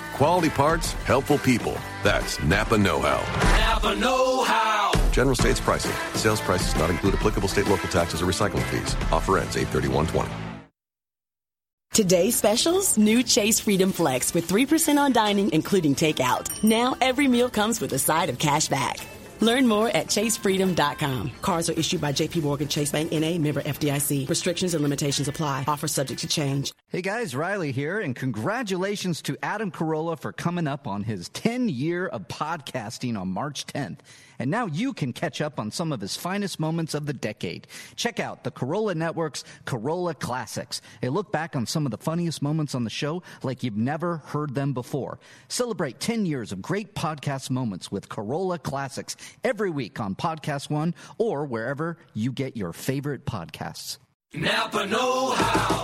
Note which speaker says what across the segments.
Speaker 1: Quality parts, helpful people. That's Napa Know How.
Speaker 2: Napa Know How.
Speaker 1: General States pricing. Sales prices not include applicable state local taxes or recycling fees. Offer ends 831.20.
Speaker 3: Today's specials, new Chase Freedom Flex with 3% on dining, including takeout. Now every meal comes with a side of cash back. Learn more at chasefreedom.com. Cards are issued by JP Morgan Chase Bank NA member FDIC. Restrictions and limitations apply. Offer subject to change.
Speaker 4: Hey guys, Riley here, and congratulations to Adam Carolla for coming up on his 10 year of podcasting on March 10th. And now you can catch up on some of his finest moments of the decade. Check out the Corolla Network's Corolla Classics, a look back on some of the funniest moments on the show like you've never heard them before. Celebrate 10 years of great podcast moments with Corolla Classics every week on Podcast One or wherever you get your favorite podcasts.
Speaker 2: Napa Know How.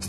Speaker 5: It's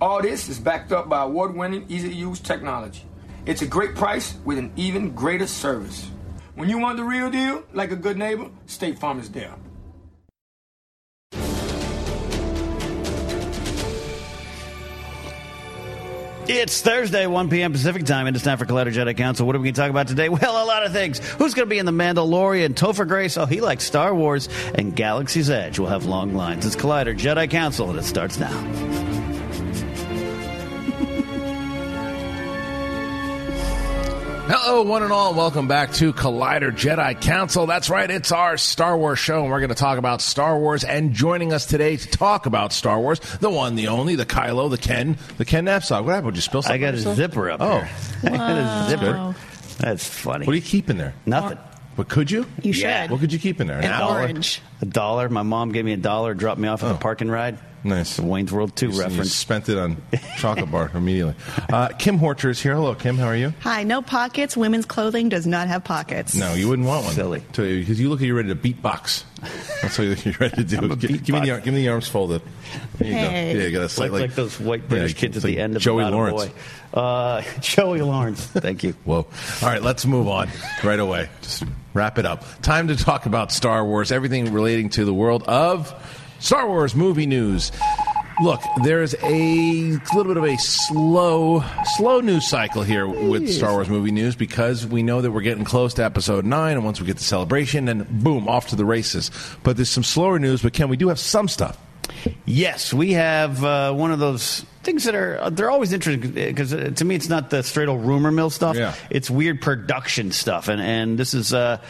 Speaker 5: All this is backed up by award winning, easy to use technology. It's a great price with an even greater service. When you want the real deal, like a good neighbor, State Farm is there.
Speaker 6: It's Thursday, 1 p.m. Pacific time, and it's time for Collider Jedi Council. What are we going to talk about today? Well, a lot of things. Who's going to be in The Mandalorian? Topher Grace, oh, he likes Star Wars, and Galaxy's Edge. We'll have long lines. It's Collider Jedi Council, and it starts now.
Speaker 7: Hello, one and all. Welcome back to Collider Jedi Council. That's right, it's our Star Wars show, and we're going to talk about Star Wars. And joining us today to talk about Star Wars, the one, the only, the Kylo, the Ken, the Ken Knapsack. What happened? Did you spill something?
Speaker 6: I got
Speaker 7: or
Speaker 6: a
Speaker 7: something?
Speaker 6: zipper up
Speaker 7: Oh.
Speaker 6: here. I got a zipper. That's funny.
Speaker 7: What do you keep in there?
Speaker 6: Nothing.
Speaker 7: What could you?
Speaker 8: You
Speaker 6: Yeah.
Speaker 8: should.
Speaker 7: What could you keep in there?
Speaker 8: An
Speaker 7: hour? Oh.
Speaker 8: orange.
Speaker 6: A dollar. My mom gave me a dollar, dropped me off at the parking ride.
Speaker 7: Nice.
Speaker 6: The Wayne's World 2
Speaker 7: You
Speaker 6: reference.
Speaker 7: spent it on chocolate bar immediately. Uh, Kim Horcher is here. Hello, Kim. How are you?
Speaker 8: Hi, no pockets. Women's clothing does not have pockets.
Speaker 7: No, you wouldn't want one.
Speaker 6: Silly.
Speaker 7: Because you look like you're ready to beatbox. That's what you're ready to do.
Speaker 6: a
Speaker 7: Give, give me the,
Speaker 6: beatbox.
Speaker 7: arm- give me the arms folded. There you
Speaker 8: Hey.
Speaker 7: go. Yeah, you got a slight,
Speaker 6: Like, like those white British
Speaker 7: yeah,
Speaker 6: kids at
Speaker 7: like
Speaker 6: the end of
Speaker 7: Joey
Speaker 6: About a
Speaker 7: Lawrence.
Speaker 6: Boy. Uh, Joey Lawrence. Thank you.
Speaker 7: Whoa. All right, let's move on right away. Just wrap it up. Time to talk about Star Wars, everything relating to the world of Star Wars movie news. Look, there's a little bit of a slow, slow news cycle here with Star Wars movie news because we know that we're getting close to episode nine, and once we get to celebration, then boom, off to the races. But there's some slower news, but Ken, we do have some stuff.
Speaker 6: Yes, we have uh, one of those things that are they're always interesting because uh, to me it's not the straight old rumor mill stuff.
Speaker 7: Yeah.
Speaker 6: It's weird production stuff, and and this is. Uh,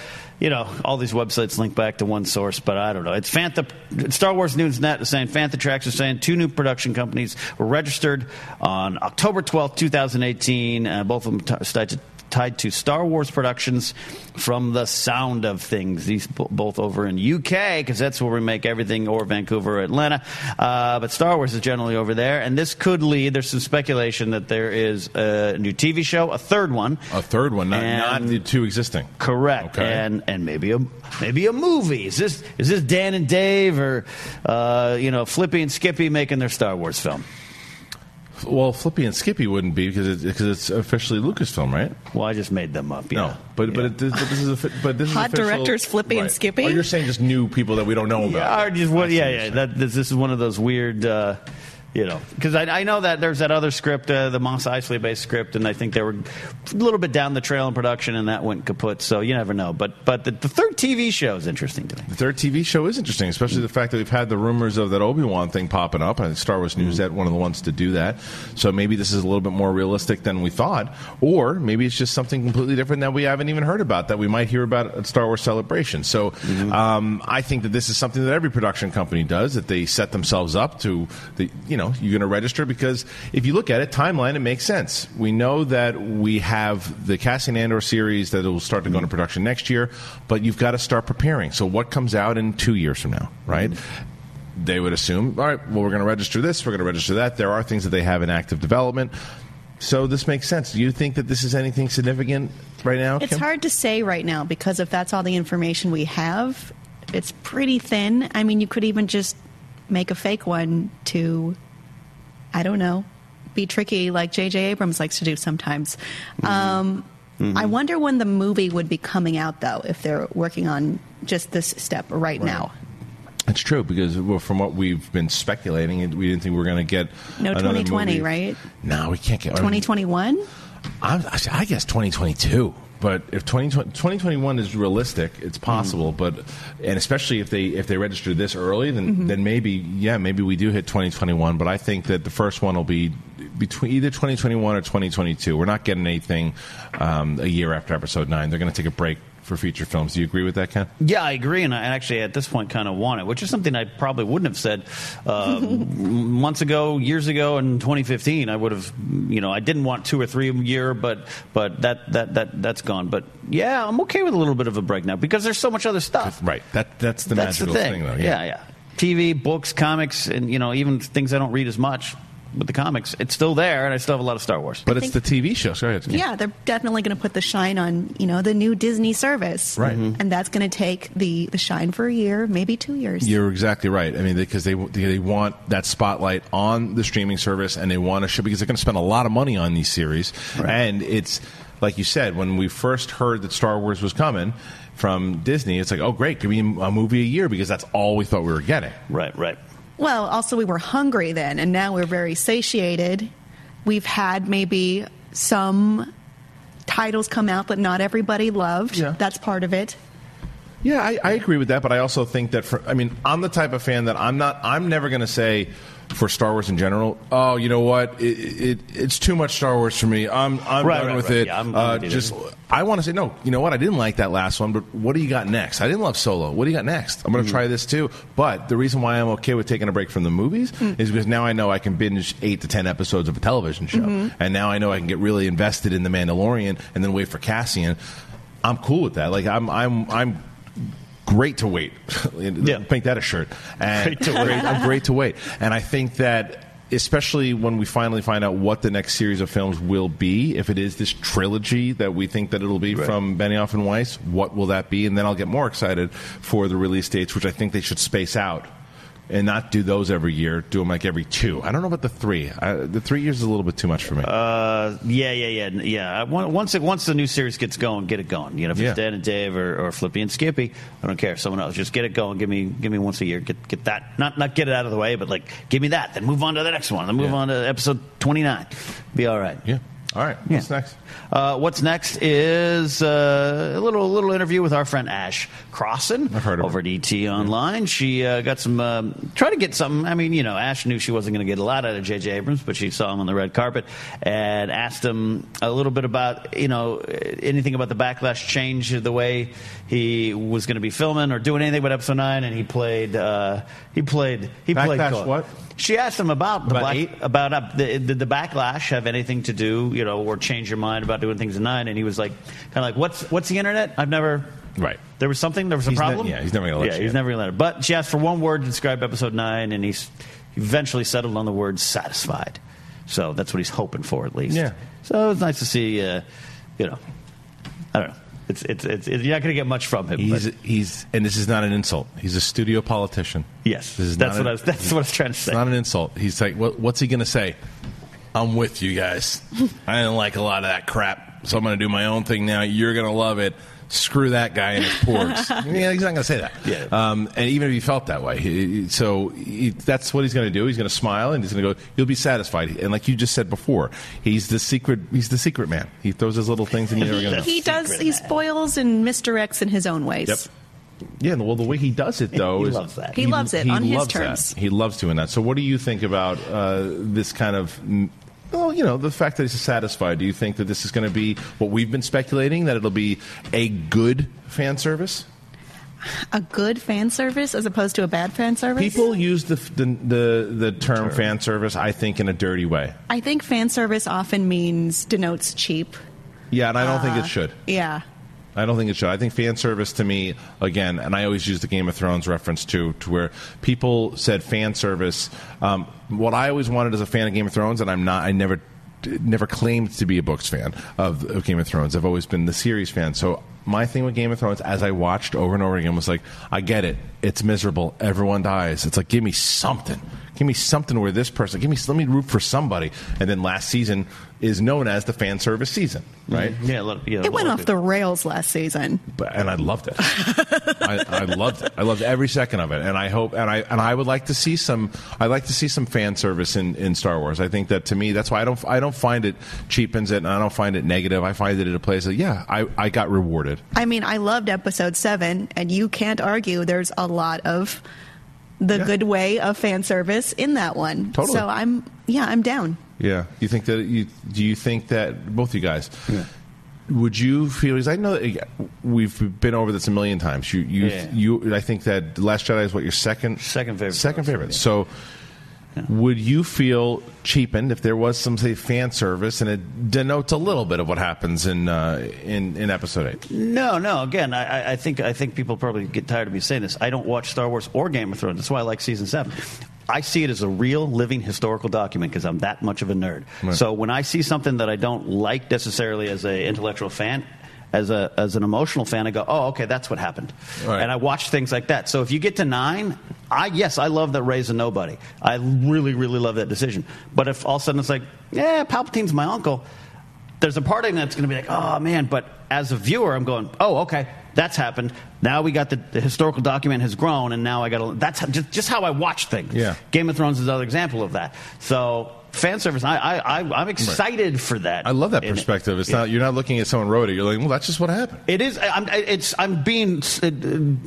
Speaker 6: you know, all these websites link back to one source, but I don't know. It's Fanta. Star Wars News Net is saying Fanta Tracks is saying two new production companies were registered on October twelfth, two 2018. Uh, both of them t- tied to tied to Star Wars productions from the sound of things. These b- both over in UK because that's where we make everything, or Vancouver, or Atlanta. Uh, but Star Wars is generally over there, and this could lead. There's some speculation that there is a new TV show, a third one,
Speaker 7: A third one, not, not
Speaker 6: And-
Speaker 7: the two existing.
Speaker 6: Correct,
Speaker 7: Okay.
Speaker 6: and and maybe a maybe a movie. Is this is this Dan and Dave or uh, you know Flippy and Skippy making their Star Wars film?
Speaker 7: Well, Flippy and Skippy wouldn't be because it, because it's officially Lucasfilm, right?
Speaker 6: Well, I just made them up. Yeah.
Speaker 7: No, but but,
Speaker 6: Yeah.
Speaker 7: it, but this is a, but this is
Speaker 8: Hot
Speaker 7: official-
Speaker 8: directors Flippy and Skippy?
Speaker 7: Oh, you're saying just new people that we don't know about.
Speaker 6: Yeah, or just what,
Speaker 7: I see
Speaker 6: yeah,
Speaker 7: what you're
Speaker 6: yeah.
Speaker 7: saying.
Speaker 6: That, this, this is one of those weird, uh, you know, because I, I know that there's that other script, uh, the Moss Eisley based script, and I think they were a little bit down the trail in production, and that went kaput. So you never know. But but the, the third TV show is interesting to me.
Speaker 7: The third TV show is interesting, especially the fact that we've had the rumors of that Obi Wan thing popping up, and Star Wars News that one of the ones to do that. So maybe this is a little bit more realistic than we thought, or maybe it's just something completely different that we haven't even heard about that we might hear about at Star Wars Celebration. So um, I think that this is something that every production company does that they set themselves up to. The, you know, you're going to register because if you look at it timeline, it makes sense. We know that we have the Cassian Andor series that will start to go into production next year, but you've got to start preparing. So what comes out in two years from now, right? They would assume, all right, well, we're going to register this, we're going to register that. There are things that they have in active development. So this makes sense. Do you think that this is anything significant right now?
Speaker 8: It's
Speaker 7: Kim?
Speaker 8: hard to say right now because if that's all the information we have, it's pretty thin. I mean, you could even just make a fake one to, I don't know, be tricky like J.J. Abrams likes to do sometimes.
Speaker 7: Mm-hmm.
Speaker 8: Um, I wonder when the movie would be coming out, though, if they're working on just this step right, now.
Speaker 7: It's true because well, from what we've been speculating, it- we didn't think we were going to get
Speaker 8: No,
Speaker 7: another
Speaker 8: 2020,
Speaker 7: movie.
Speaker 8: right?
Speaker 7: No, we can't get
Speaker 8: 2021?
Speaker 7: I'm, I guess 2022. But if 2020, 2021 is realistic, it's possible.
Speaker 8: Mm-hmm.
Speaker 7: But and especially if they if they register this early, then then maybe yeah, maybe we do hit 2021. But I think that the first one will be between either 2021 or 2022. We're not getting anything um, a year after episode nine. They're going to take a break for feature films. Do you agree with that, Ken?
Speaker 6: Yeah, I agree, and I and actually at this point kind of want it, which is something I probably wouldn't have said uh, m- months ago, years ago, in 2015. I would have, you know, I didn't want two or three a year, but but that that that that's gone. But yeah, I'm okay with a little bit of a break now because there's so much other stuff.
Speaker 7: Right. That that's the
Speaker 6: that's
Speaker 7: magical
Speaker 6: the thing.
Speaker 7: though.
Speaker 6: yeah, yeah. TV, books, comics, and you know, even things I don't read as much. With the comics, it's still there, and I still have a lot of Star Wars.
Speaker 7: But it's the TV show. Sorry, it's-
Speaker 8: Yeah, they're definitely going to put the shine on, you know, the new Disney service.
Speaker 7: Right. Mhm.
Speaker 8: And that's going to take the, the shine for a year, maybe two years.
Speaker 7: You're exactly right. I mean, because they, they want that spotlight on the streaming service, and they want to show because they're going to spend a lot of money on these series, and it's like you said when we first heard that Star Wars was coming from Disney, it's like, oh great, give me a movie a year because that's all we thought we were getting.
Speaker 6: Right, right.
Speaker 8: Well, also we were hungry then, and now we're very satiated. We've had maybe some titles come out that not everybody loved.
Speaker 7: Yeah.
Speaker 8: That's part of it.
Speaker 7: Yeah, I, I agree with that, but I also think that for I mean, I'm the type of fan that I'm not. I'm never going to say for Star Wars in general. Oh, you know what? It, it, it's too much Star Wars for me. I'm I'm
Speaker 6: Right,
Speaker 7: done
Speaker 6: right,
Speaker 7: with
Speaker 6: right.
Speaker 7: it.
Speaker 6: Yeah, I'm- I'm
Speaker 7: uh,
Speaker 6: with you there.
Speaker 7: just I want to say no. You know what? I didn't like that last one, but what do you got next? I didn't love Solo. What do you got next? I'm going to try this too. But the reason why I'm okay with taking a break from the movies is because now I know I can binge eight to ten episodes of a television show, and now I know I can get really invested in the Mandalorian and then wait for Cassian. I'm cool with that. Like I'm I'm I'm great to wait.
Speaker 6: Yeah.
Speaker 7: Make that a shirt. And
Speaker 6: Great to wait.
Speaker 7: Great, I'm great to wait. And I think that especially when we finally find out what the next series of films will be, if it is this trilogy that we think that it'll be from Benioff and Weiss, what will that be? And then I'll get more excited for the release dates, which I think they should space out. And not do those every year. Do them like every two. I don't know about the three. I, the three years is a little bit too much for me.
Speaker 6: Uh, yeah, yeah, yeah, n- yeah. I want- Once it, once the new series gets going, get it going. You know, if
Speaker 7: Yeah.
Speaker 6: it's Dan and Dave or, or Flippy and Skippy, I don't care. Someone else, just get it going. Give me, give me once a year. Get get that. Not not get it out of the way, but like give me that. Then move on to the next one. Then move
Speaker 7: Yeah.
Speaker 6: on to episode twenty nine. Be all right.
Speaker 7: yeah. All right.
Speaker 6: Yeah.
Speaker 7: What's next?
Speaker 6: Uh, what's next is uh, a little little interview with our friend Ash Crossan
Speaker 7: I've heard of
Speaker 6: over
Speaker 7: her.
Speaker 6: at ET Online. She uh, got some um, try to get something. I mean, you know, Ash knew she wasn't going to get a lot out of JJ Abrams, but she saw him on the red carpet and asked him a little bit about you know anything about the backlash change the way he was going to be filming or doing anything with episode nine, and he played uh, he played he played
Speaker 7: Backlash
Speaker 6: coy.
Speaker 7: what?
Speaker 6: She asked him about the
Speaker 7: About
Speaker 6: black,
Speaker 7: eight?
Speaker 6: about uh, the, did the backlash have anything to do, you know, or change your mind about doing things at nine? And he was like, kind of like, what's what's the internet? I've never.
Speaker 7: Right.
Speaker 6: There was something. There was a
Speaker 7: He's ne-
Speaker 6: problem.
Speaker 7: yeah, he's never gonna let
Speaker 6: Yeah,
Speaker 7: you
Speaker 6: he's
Speaker 7: in.
Speaker 6: never gonna let her. But she asked for one word to describe episode nine, and he's eventually settled on the word satisfied. So that's what he's hoping for, at least.
Speaker 7: Yeah.
Speaker 6: So it's nice to see. Uh, you know, I don't know. It's, it's it's you're not gonna get much from him.
Speaker 7: He's
Speaker 6: but
Speaker 7: he's and this is not an insult. He's a studio politician.
Speaker 6: yes,
Speaker 7: This is
Speaker 6: that's
Speaker 7: not
Speaker 6: what
Speaker 7: a-
Speaker 6: I was. That's what I was trying to
Speaker 7: It's
Speaker 6: say.
Speaker 7: not an insult. He's like, what, what's he going to say? I'm with you guys. I didn't like a lot of that crap, so I'm going to do my own thing now. You're going to love it. Screw that guy and his porgs. yeah, he's not going to say that.
Speaker 6: Yeah.
Speaker 7: Um, and even if he felt that way, he- he- so he, that's what he's going to do. He's going to smile and he's going to go. You'll be satisfied. And like you just said before, he's the secret. He's the secret man. He throws his little things and you're never going to.
Speaker 8: He does. He spoils and misdirects in his own ways.
Speaker 7: Yep. Yeah, well, the way he does it though,
Speaker 6: He
Speaker 7: is,
Speaker 6: loves that.
Speaker 8: He loves it on his
Speaker 7: that.
Speaker 8: terms.
Speaker 7: He loves doing that. So, what do you think about uh, this kind of? mm, Well, you know, the fact that he's satisfied. Do you think that this is going to be what we've been speculating? That it'll be a good fan service.
Speaker 8: A good fan service as opposed to a bad fan service.
Speaker 7: People use the the the, the term fan service, I think, in a dirty way.
Speaker 8: I think fan service often means denotes cheap.
Speaker 7: Yeah, and I don't think it should.
Speaker 8: Yeah.
Speaker 7: I don't think it should. I think fan service to me, again, and I always use the Game of Thrones reference too, to where people said fan service. Um, what I always wanted as a fan of Game of Thrones, and I'm not, I never, never claimed to be a books fan of, of Game of Thrones. I've always been the series fan. So my thing with Game of Thrones, as I watched over and over again, was like, I get it. It's miserable. Everyone dies. It's like, give me something. Give me something where this person. Give me. Let me root for somebody. And then last season is known as the fan service season, right?
Speaker 6: Yeah, let, yeah,
Speaker 8: It
Speaker 6: let-
Speaker 8: went off the rails last season.
Speaker 7: but, and I loved it. I, I loved it. I loved every second of it. And I hope and I and I would like to see some. I like to see some fan service in, in Star Wars. I think that to me, that's why I don't I don't find it cheapens it, and I don't find it negative. I find it at a place that yeah, I, I got rewarded.
Speaker 8: I mean, I loved episode seven, and you can't argue there's a lot of the
Speaker 7: Yeah.
Speaker 8: good way of fan service in that one.
Speaker 7: Totally.
Speaker 8: So I'm, yeah, I'm down.
Speaker 7: Yeah. You think that you do you think that both you guys. Would you feel? Because I know that we've been over this a million times. You, you,
Speaker 6: Yeah.
Speaker 7: you. I think that The Last Jedi is what your second,
Speaker 6: Second favorite.
Speaker 7: second favorite. So, would you feel cheapened if there was some say fan service and it denotes a little bit of what happens in uh, in in episode eight?
Speaker 6: No, no. Again, I, I- I think I think people probably get tired of me saying this. I don't watch Star Wars or Game of Thrones. That's why I like season seven. I see it as a real, living historical document because I'm that much of a nerd.
Speaker 7: Right.
Speaker 6: So when I see something that I don't like necessarily as an intellectual fan, as a as an emotional fan, I go, oh, okay, that's what happened,
Speaker 7: Right.
Speaker 6: and I watch things like that. So if you get to nine, I yes, I love that Ray's a nobody. I really, really love that decision. But if all of a sudden it's like, yeah, Palpatine's my uncle, there's a part of me that's going to be like, oh man. But as a viewer, I'm going, oh okay, that's happened. Now we got the, the historical document has grown, and now I got to. That's how, just, just how I watch things.
Speaker 7: Yeah.
Speaker 6: Game of Thrones is another example of that. So fan service, I, I, I I'm excited for that.
Speaker 7: I love that
Speaker 6: In it.
Speaker 7: perspective. It's
Speaker 6: Yeah.
Speaker 7: not you're not looking at someone wrote it. You're like, well, that's just what happened.
Speaker 6: It is. I- I'm. It's. I'm being uh, uh,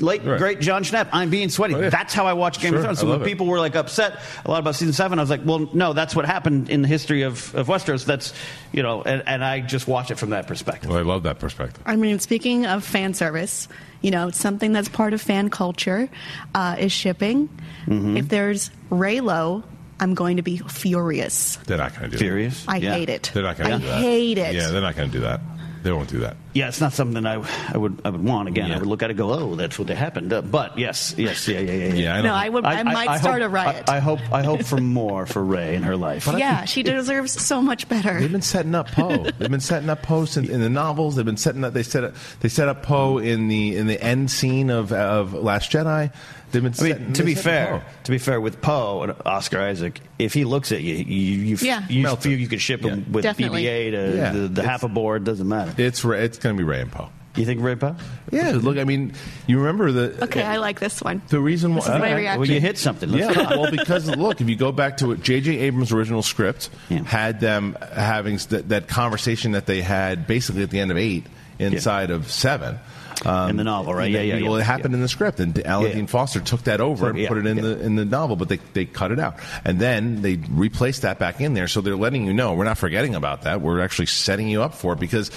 Speaker 6: late.
Speaker 7: Right.
Speaker 6: Great John Schnapp. I'm being sweaty.
Speaker 7: Oh, yeah.
Speaker 6: That's how I watch Game
Speaker 7: Sure,
Speaker 6: of Thrones.
Speaker 7: I
Speaker 6: So
Speaker 7: love
Speaker 6: when
Speaker 7: it.
Speaker 6: people were like upset a lot about season seven, I was like, well, no, that's what happened in the history of of Westeros. That's you know, and, and I just watch it from that perspective.
Speaker 7: Well, I love that perspective.
Speaker 8: I mean, speaking of fan service, you know, something that's part of fan culture uh, is shipping.
Speaker 1: Mm-hmm.
Speaker 8: If there's Raylo, I'm going to be furious.
Speaker 7: They're not going to do
Speaker 6: Furious.
Speaker 8: I
Speaker 6: Yeah.
Speaker 8: hate it.
Speaker 7: That. They're not going to
Speaker 8: I
Speaker 7: do that.
Speaker 8: hate it.
Speaker 7: Yeah, they're not going to do that. They won't do that.
Speaker 6: Yeah, it's not something I, I would I would want. Again,
Speaker 7: Yeah.
Speaker 6: I would look at it and go, oh, that's what happened. Uh, but yes, yes, yeah, yeah, yeah. yeah.
Speaker 7: Yeah, I don't.
Speaker 8: no, I would. I, might
Speaker 6: hope-
Speaker 8: start a riot.
Speaker 6: I, I hope. I hope for more for Ray in her life.
Speaker 8: yeah, she deserves so much better.
Speaker 7: They've been setting up Poe. They've been setting up Poe since in the novels. They've been setting up. They set up. They set up Poe in the in the end scene of of Last Jedi. They've been.
Speaker 6: I mean,
Speaker 7: setting-
Speaker 6: to
Speaker 7: they
Speaker 6: be
Speaker 7: set up
Speaker 6: fair,
Speaker 7: Poe.
Speaker 6: to be fair with Poe and Oscar Isaac, if he looks at you, you you, f-
Speaker 8: Yeah.
Speaker 6: you
Speaker 7: Melt
Speaker 6: feel
Speaker 7: it.
Speaker 6: you could ship
Speaker 7: Yeah.
Speaker 6: him with
Speaker 8: Definitely.
Speaker 6: BBA to
Speaker 7: Yeah.
Speaker 6: the, the
Speaker 7: It's-
Speaker 6: half a board. Doesn't matter.
Speaker 7: it's Ray- it's going to be Ray and Poe.
Speaker 6: you think Ray Poe?
Speaker 7: Yeah, look, I mean, you remember the
Speaker 8: Okay, I like this one.
Speaker 7: the reason why
Speaker 8: This is my reaction.
Speaker 6: Well, you hit something. Let's
Speaker 7: yeah,
Speaker 6: go.
Speaker 7: well, because look, if you go back to it, J.J. Abrams' original script
Speaker 6: Yeah.
Speaker 7: had them having s- that, that conversation that they had basically at the end of eight inside of seven. Um,
Speaker 6: In the novel, right?
Speaker 7: and
Speaker 6: Yeah,
Speaker 7: they-
Speaker 6: yeah, yeah.
Speaker 7: Well, it happened
Speaker 6: Yeah.
Speaker 7: in the script, and Alan
Speaker 6: Yeah.
Speaker 7: Dean Foster took that over
Speaker 6: So,
Speaker 7: and
Speaker 6: yeah,
Speaker 7: put it in
Speaker 6: yeah.
Speaker 7: the in the novel, but they they cut it out, and then they replaced that back in there. So they're letting you know we're not forgetting about that. We're actually setting you up for it because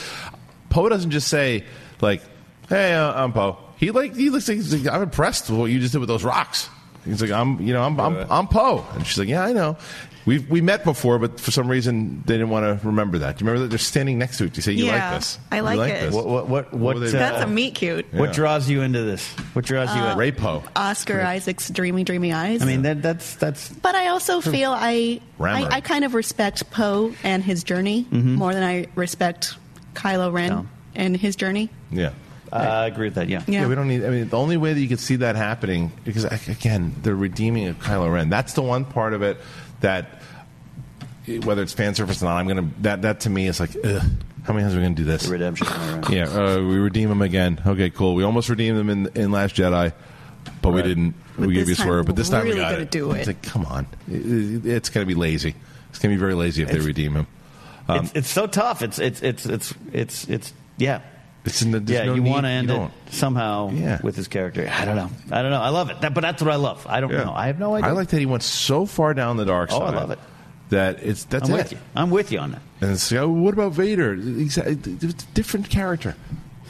Speaker 7: Poe doesn't just say like, "Hey, uh, I'm Poe." He like he looks like, he's like I'm impressed with what you just did with those rocks. He's like, I'm, you know, I'm, I'm, I'm Poe, and she's like, yeah, I know. We we met before, but for some reason they didn't want to remember that. Do you remember that they're standing next to each other? You say, you
Speaker 8: Yeah,
Speaker 7: like this?
Speaker 8: I
Speaker 7: You
Speaker 8: like it.
Speaker 7: This.
Speaker 6: What- what- what-
Speaker 7: were
Speaker 6: what,
Speaker 7: they-
Speaker 6: uh,
Speaker 8: That's a meat cute.
Speaker 6: What
Speaker 7: Yeah.
Speaker 6: draws you into this? What draws you?
Speaker 8: Uh,
Speaker 6: in?
Speaker 7: Ray Poe.
Speaker 8: Oscar Isaac's dreamy, dreamy eyes.
Speaker 6: I mean, that, that's that's.
Speaker 8: but I also
Speaker 6: Hmm.
Speaker 8: feel I I,
Speaker 7: Rammer.
Speaker 8: I kind of respect Poe and his journey
Speaker 6: Mm-hmm.
Speaker 8: more than I respect Kylo Ren
Speaker 6: No.
Speaker 8: and his journey.
Speaker 7: Yeah.
Speaker 6: I agree with that. Yeah.
Speaker 8: Yeah.
Speaker 7: Yeah. we don't need. I mean, the only way that you could see that happening because a- again, the redeeming of Kylo Ren. That's the one part of it that whether it's fan service or not, I'm gonna that that to me is like, ugh, how many times are we gonna do this?
Speaker 6: Redemption. All right.
Speaker 7: Yeah, uh, we redeem them again. Okay, cool. We almost redeemed them in in Last Jedi, but we
Speaker 6: Right.
Speaker 7: didn't. we
Speaker 8: this
Speaker 7: gave you a
Speaker 8: time,
Speaker 7: swerve, but this
Speaker 8: we're
Speaker 7: time we
Speaker 8: really
Speaker 7: got
Speaker 8: gonna
Speaker 7: it.
Speaker 8: do
Speaker 7: It's
Speaker 8: it.
Speaker 7: like, come on, It- it- it's gonna be lazy. It's gonna be very lazy if they redeem him. Um,
Speaker 6: it's, it's so tough. It's it's it's it's it's it's yeah.
Speaker 7: It's in the, there's
Speaker 6: yeah,
Speaker 7: no
Speaker 6: you
Speaker 7: need-
Speaker 6: want to end
Speaker 7: you
Speaker 6: it
Speaker 7: don't.
Speaker 6: somehow
Speaker 7: Yeah.
Speaker 6: with his character. I don't know. I don't know. I love it. That, but that's what I love. I don't
Speaker 7: Yeah.
Speaker 6: know. I have no idea.
Speaker 7: I like that he went so far down the dark
Speaker 6: Oh, I
Speaker 7: side.
Speaker 6: love it.
Speaker 7: That it's that's
Speaker 6: I'm
Speaker 7: it.
Speaker 6: with you. I'm with you on that.
Speaker 7: And it's like, oh, what about Vader? He's a different character.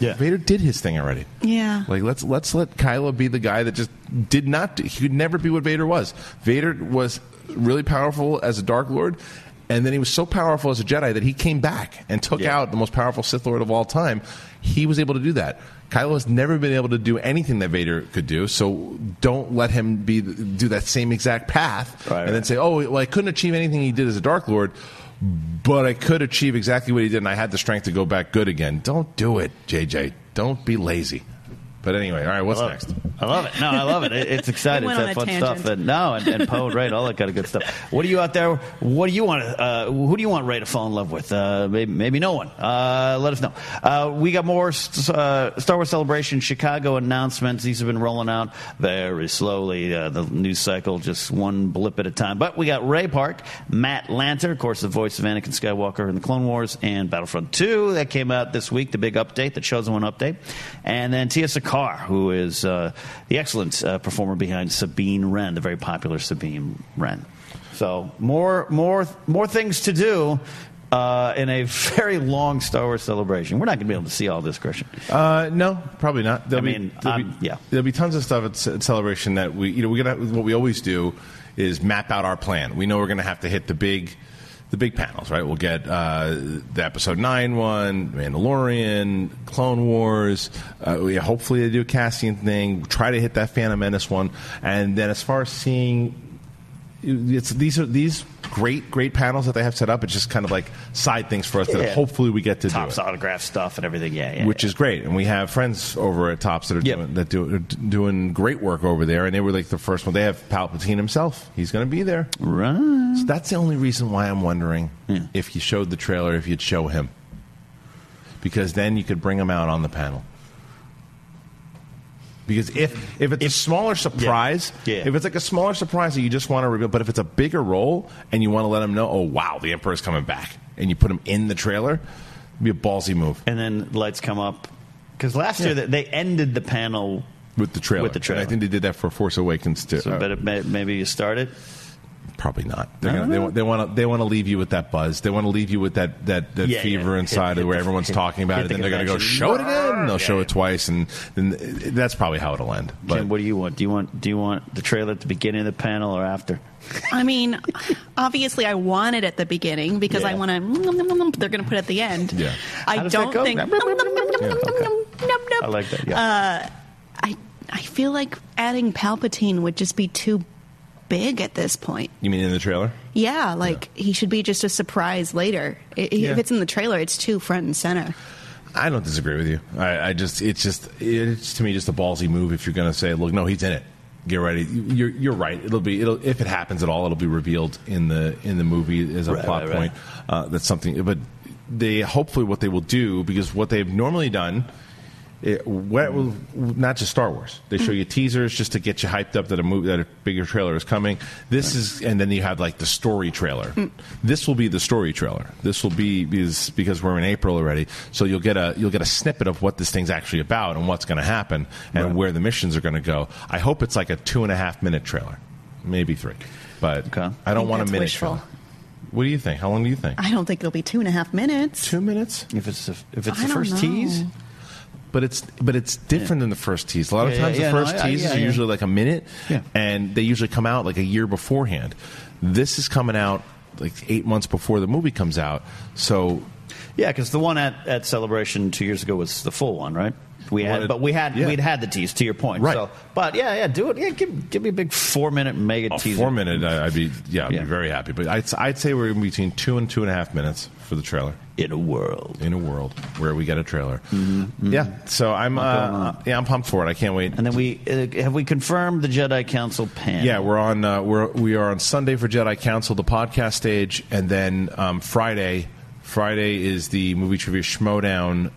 Speaker 6: Yeah.
Speaker 7: Vader did his thing already.
Speaker 8: Yeah.
Speaker 7: Like let's let's let Kylo be the guy that just did not. do- He could never be what Vader was. Vader was really powerful as a Dark Lord, and then he was so powerful as a Jedi that he came back and took
Speaker 6: Yeah.
Speaker 7: out the most powerful Sith Lord of all time. He was able to do that. Kylo has never been able to do anything that Vader could do. So don't let him be do that same exact path
Speaker 6: Right,
Speaker 7: and then
Speaker 6: right.
Speaker 7: say, "Oh, well, I couldn't achieve anything he did as a Dark Lord." But I could achieve exactly what he did, and I had the strength to go back good again. Don't do it, JJ. Don't be lazy. But anyway, all right, what's
Speaker 6: love
Speaker 7: next?
Speaker 6: it. I love it. No, I love it. It- It's exciting.
Speaker 8: It
Speaker 6: It's
Speaker 8: went
Speaker 6: that
Speaker 8: on
Speaker 6: fun
Speaker 8: a
Speaker 6: stuff.
Speaker 8: tangent.
Speaker 6: And, no, and, and Poe and Ray, and all that kind of good stuff. What do you out there? What do you want? to- Uh, who do you want Ray to fall in love with? Uh, maybe, maybe no one. Uh, let us know. Uh, we got more s- uh, Star Wars Celebration Chicago announcements. These have been rolling out very slowly. Uh, the news cycle, just one blip at a time. But we got Ray Park, Matt Lanter, of course, the voice of Anakin Skywalker in the Clone Wars and Battlefront 2 that came out this week, the big update, the Chosen One update. And then Tia Sakar, who is uh, the excellent uh, performer behind Sabine Wren, the very popular Sabine Wren. So more, more, more things to do. Uh, in a very long Star Wars celebration, we're not going to be able to see all this, Christian.
Speaker 7: Uh, no, probably not. There'll
Speaker 6: I
Speaker 7: be-
Speaker 6: mean,
Speaker 7: there'll be,
Speaker 6: um, yeah.
Speaker 7: there'll be tons of stuff at, Ce- at celebration that we, you know, we're gonna. What we always do is map out our plan. We know we're gonna have to hit the big, the big panels, right? We'll get uh, the episode nine one, Mandalorian, Clone Wars. Uh, we, hopefully, they do a Cassian thing. Try to hit that Phantom Menace one, and then as far as seeing it's these are these great great panels that they have set up. It's just kind of like side things for us that
Speaker 6: Yeah.
Speaker 7: hopefully we get to
Speaker 6: Tops
Speaker 7: do, it,
Speaker 6: autograph stuff and everything. Yeah, yeah.
Speaker 7: which is great. And we have friends over at Tops that are
Speaker 6: Yep.
Speaker 7: doing that do, are doing great work over there, and they were like the first one. They have Palpatine himself. He's going to be there.
Speaker 6: right.
Speaker 7: So that's the only reason why I'm wondering if you showed the trailer, if you'd show him, because then you could bring him out on the panel. Because if if it's a smaller surprise,
Speaker 6: Yeah.
Speaker 7: if it's like a smaller surprise that you just want to reveal, but if it's a bigger role and you want to let him know, oh wow, the emperor's coming back, and you put him in the trailer, it'd be a ballsy move.
Speaker 6: and then lights come up because last year they they ended the panel
Speaker 7: With the trailer,
Speaker 6: With the trailer.
Speaker 7: And I think they did that for Force Awakens too.
Speaker 6: so
Speaker 7: Uh,
Speaker 6: but it may, maybe you start it.
Speaker 7: Probably not. They're gonna, they want they want to they want to leave you with that buzz. They want to leave you with that that, that
Speaker 6: Yeah,
Speaker 7: fever
Speaker 6: yeah. Hit-
Speaker 7: inside of where
Speaker 6: hit the-
Speaker 7: everyone's talking about
Speaker 6: hit
Speaker 7: it.
Speaker 6: the
Speaker 7: Then they're gonna go
Speaker 6: convention.
Speaker 7: show it again. They'll
Speaker 6: Yeah,
Speaker 7: show
Speaker 6: yeah.
Speaker 7: it twice, and then that's probably how it'll end. But
Speaker 6: Jim, what do you want? Do you want do you want the trailer at the beginning of the panel or after?
Speaker 8: I mean, obviously, I want it at the beginning because I
Speaker 6: Yeah.
Speaker 8: want to. They're going to put it at the end.
Speaker 7: Yeah.
Speaker 6: How
Speaker 8: I
Speaker 6: does that
Speaker 8: don't
Speaker 6: go?
Speaker 8: think.
Speaker 6: Yeah, okay. I
Speaker 8: I
Speaker 6: like that.
Speaker 8: Uh,
Speaker 6: Yeah.
Speaker 8: I I feel like adding Palpatine would just be too big at this point.
Speaker 7: you mean in the trailer?
Speaker 8: Yeah, like he should be just a surprise later. I- i-
Speaker 7: Yeah.
Speaker 8: If it's in the trailer, it's too front and center.
Speaker 7: I don't disagree with you. I, I just it's just it's to me just a ballsy move if you're gonna say, look, no, he's in it. Get ready. You're you're right. It'll be it'll if it happens at all, it'll be revealed in the in the movie as a
Speaker 6: Right,
Speaker 7: plot
Speaker 6: right,
Speaker 7: point. Uh, that's something. But they hopefully what they will do because what they've normally done it, what, not just Star Wars. They show you teasers just to get you hyped up that a movie, that a bigger trailer is coming. This is, and then you have like the story trailer. This will be the story trailer. This will be because because we're in April already, so you'll get a you'll get a snippet of what this thing's actually about and what's going to happen and where the missions are going to go. I hope it's like a two and a half minute trailer, maybe three. But
Speaker 6: Okay.
Speaker 7: I don't
Speaker 8: think
Speaker 7: want a
Speaker 8: that's
Speaker 7: minute
Speaker 8: wishful.
Speaker 7: trailer. What do you think? How long do you think?
Speaker 8: I don't think it'll be two and a half minutes.
Speaker 7: Two minutes.
Speaker 6: if it's the, if it's
Speaker 8: I
Speaker 6: the
Speaker 8: don't
Speaker 6: first
Speaker 8: know.
Speaker 6: tease,
Speaker 7: But it's but it's different than the first tease. A lot of
Speaker 6: Yeah,
Speaker 7: times
Speaker 6: yeah,
Speaker 7: the
Speaker 6: yeah,
Speaker 7: first
Speaker 6: no, I- I-
Speaker 7: teases
Speaker 6: yeah,
Speaker 7: are
Speaker 6: yeah.
Speaker 7: usually like a minute,
Speaker 6: Yeah.
Speaker 7: and they usually come out like a year beforehand. This is coming out like eight months before the movie comes out, so
Speaker 6: yeah, because the one at, at celebration two years ago was the full one, right? we had,
Speaker 7: Wanted-
Speaker 6: but we had
Speaker 7: yeah.
Speaker 6: we'd had the tease. To your point,
Speaker 7: Right.
Speaker 6: So, but yeah, yeah, do it. Yeah, give, give me a big four minute mega
Speaker 7: A
Speaker 6: teaser.
Speaker 7: four minute, I- I'd be yeah, I'd
Speaker 6: Yeah.
Speaker 7: be very happy. But I'd, I'd say we're in between two and two and a half minutes for the trailer.
Speaker 6: in a world.
Speaker 7: In a world where we get a trailer,
Speaker 6: Mm-hmm.
Speaker 7: yeah. So I'm uh, yeah, I'm pumped for it. I can't wait.
Speaker 6: And then we uh, have we confirmed the Jedi Council pan.
Speaker 7: Yeah, we're on. Uh, we're we are on Sunday for Jedi Council, the podcast stage, and then um, Friday. Friday is the movie trivia schmodown.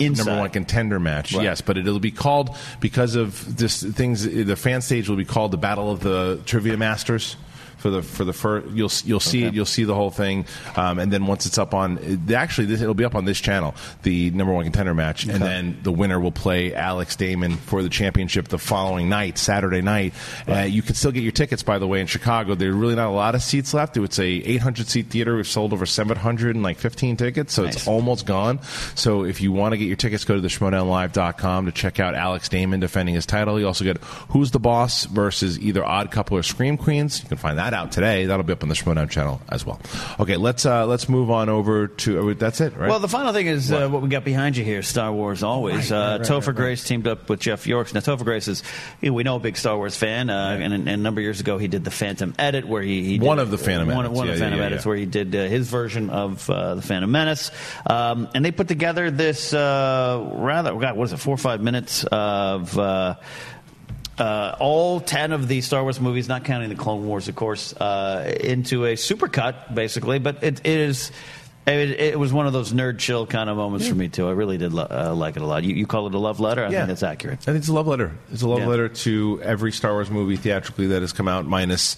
Speaker 6: Inside.
Speaker 7: Number one contender match,
Speaker 6: Right.
Speaker 7: yes, but it'll be called because of this things. The fan stage will be called the Battle of the Trivia Masters for the for the first. You'll you'll see it. You'll see the whole thing, um, and then once it's up on, actually, this, it'll be up on this channel. The number one contender match, and then the winner will play Alex Damon for the championship the following night, Saturday night. Uh, you can still get your tickets, by the way, in Chicago. There's really not a lot of seats left. It's a 800 seat theater. We've sold over 700 and like 15 tickets, so it's
Speaker 6: Nice.
Speaker 7: almost gone. So if you want to get your tickets, go to the schmodownlive.com to check out Alex Damon defending his title. You also get Who's the Boss versus either Odd Couple or Scream Queens. You can find that out today. That'll be up on the Schmodown channel as well. Okay, let's uh, let's move on over to. uh, That's it, right?
Speaker 6: Well, the final thing is uh, what we got behind you here, Star Wars always.
Speaker 7: Right, right,
Speaker 6: uh,
Speaker 7: right,
Speaker 6: Topher
Speaker 7: right, right.
Speaker 6: Grace teamed up with Jeff Yorks. Now, Topher Grace is, you know, we know, a big Star Wars fan. Uh, and, and a number of years ago, he did the Phantom Edit, where he. he did-
Speaker 7: One of the Phantom
Speaker 6: one,
Speaker 7: Edits.
Speaker 6: One of
Speaker 7: Yeah,
Speaker 6: the Phantom
Speaker 7: yeah, yeah,
Speaker 6: Edits,
Speaker 7: yeah.
Speaker 6: where he did uh, his version of uh, the Phantom Menace. Um, and they put together this uh, rather, God, what is it, four or five minutes of. Uh, uh, all 10 of the Star Wars movies, not counting the Clone Wars, of course, uh, into a supercut, basically. But it, it is. It, it was one of those nerd chill kind of moments for me too. I really did lo- uh, like it a lot. You, you call it a love letter. I think that's accurate.
Speaker 7: I think it's a love letter. It's a love
Speaker 6: Yeah.
Speaker 7: letter to every Star Wars movie theatrically that has come out, minus,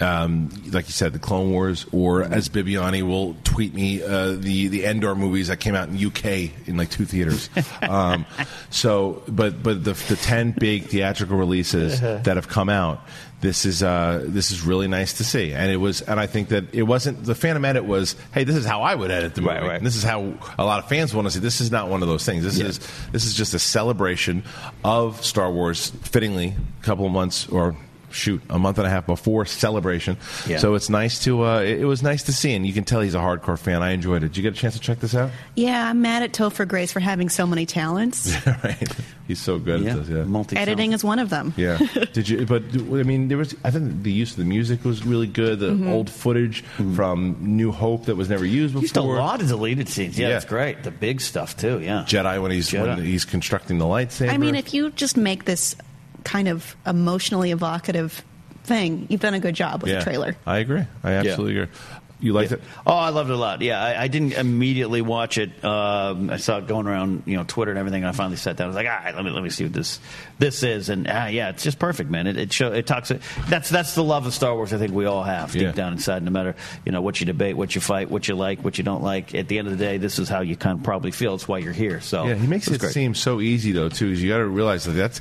Speaker 7: um, like you said, the Clone Wars, or as Bibiani will tweet me, uh, the the Endor movies that came out in UK in like two theaters. um, so, but but the the ten big theatrical releases that have come out. This is uh, this is really nice to see, and it was, and I think that it wasn't the Phantom edit was, hey, this is how I would edit the movie.
Speaker 6: Right, right.
Speaker 7: And this is how a lot of fans want to see. This is not one of those things. This
Speaker 6: Yeah.
Speaker 7: is this is just a celebration of Star Wars, fittingly, a couple of months or shoot, a month and a half before celebration.
Speaker 6: Yeah.
Speaker 7: So it's nice to uh, it, it was nice to see, and you can tell he's a hardcore fan. I enjoyed it. Did you get a chance to check this out?
Speaker 8: Yeah, I'm mad at Topher Grace for having so many talents.
Speaker 7: right, he's so good
Speaker 6: Yeah,
Speaker 7: at this. Yeah.
Speaker 6: multi
Speaker 8: Editing is one of them.
Speaker 7: Yeah. Did you? But I mean, there was. I think the use of the music was really good. The old footage from New Hope that was never used before.
Speaker 6: Just a lot of deleted scenes. Yeah,
Speaker 7: Yeah.
Speaker 6: that's great. The big stuff too. Yeah,
Speaker 7: Jedi when he's when
Speaker 6: Jedi.
Speaker 7: he's constructing the lightsaber.
Speaker 8: I mean, if you just make this kind of emotionally evocative thing, you've done a good job with the trailer.
Speaker 7: I agree. I absolutely agree. You liked it?
Speaker 6: Oh, I loved it a lot. Yeah, I, I didn't immediately watch it. Um, I saw it going around, you know, Twitter and everything. And I finally sat down. I was like, all right, let me let me see what this this is. And ah, yeah, it's just perfect, man. It it, show, it talks. That's that's the love of Star Wars. I think we all have deep
Speaker 7: Yeah.
Speaker 6: down inside. No matter you know what you debate, what you fight, what you like, what you don't like. At the end of the day, this is how you kind of probably feel. It's why you're here. So
Speaker 7: Yeah, he makes
Speaker 6: was
Speaker 7: it
Speaker 6: great.
Speaker 7: seem so easy though too. Is you got to realize that that's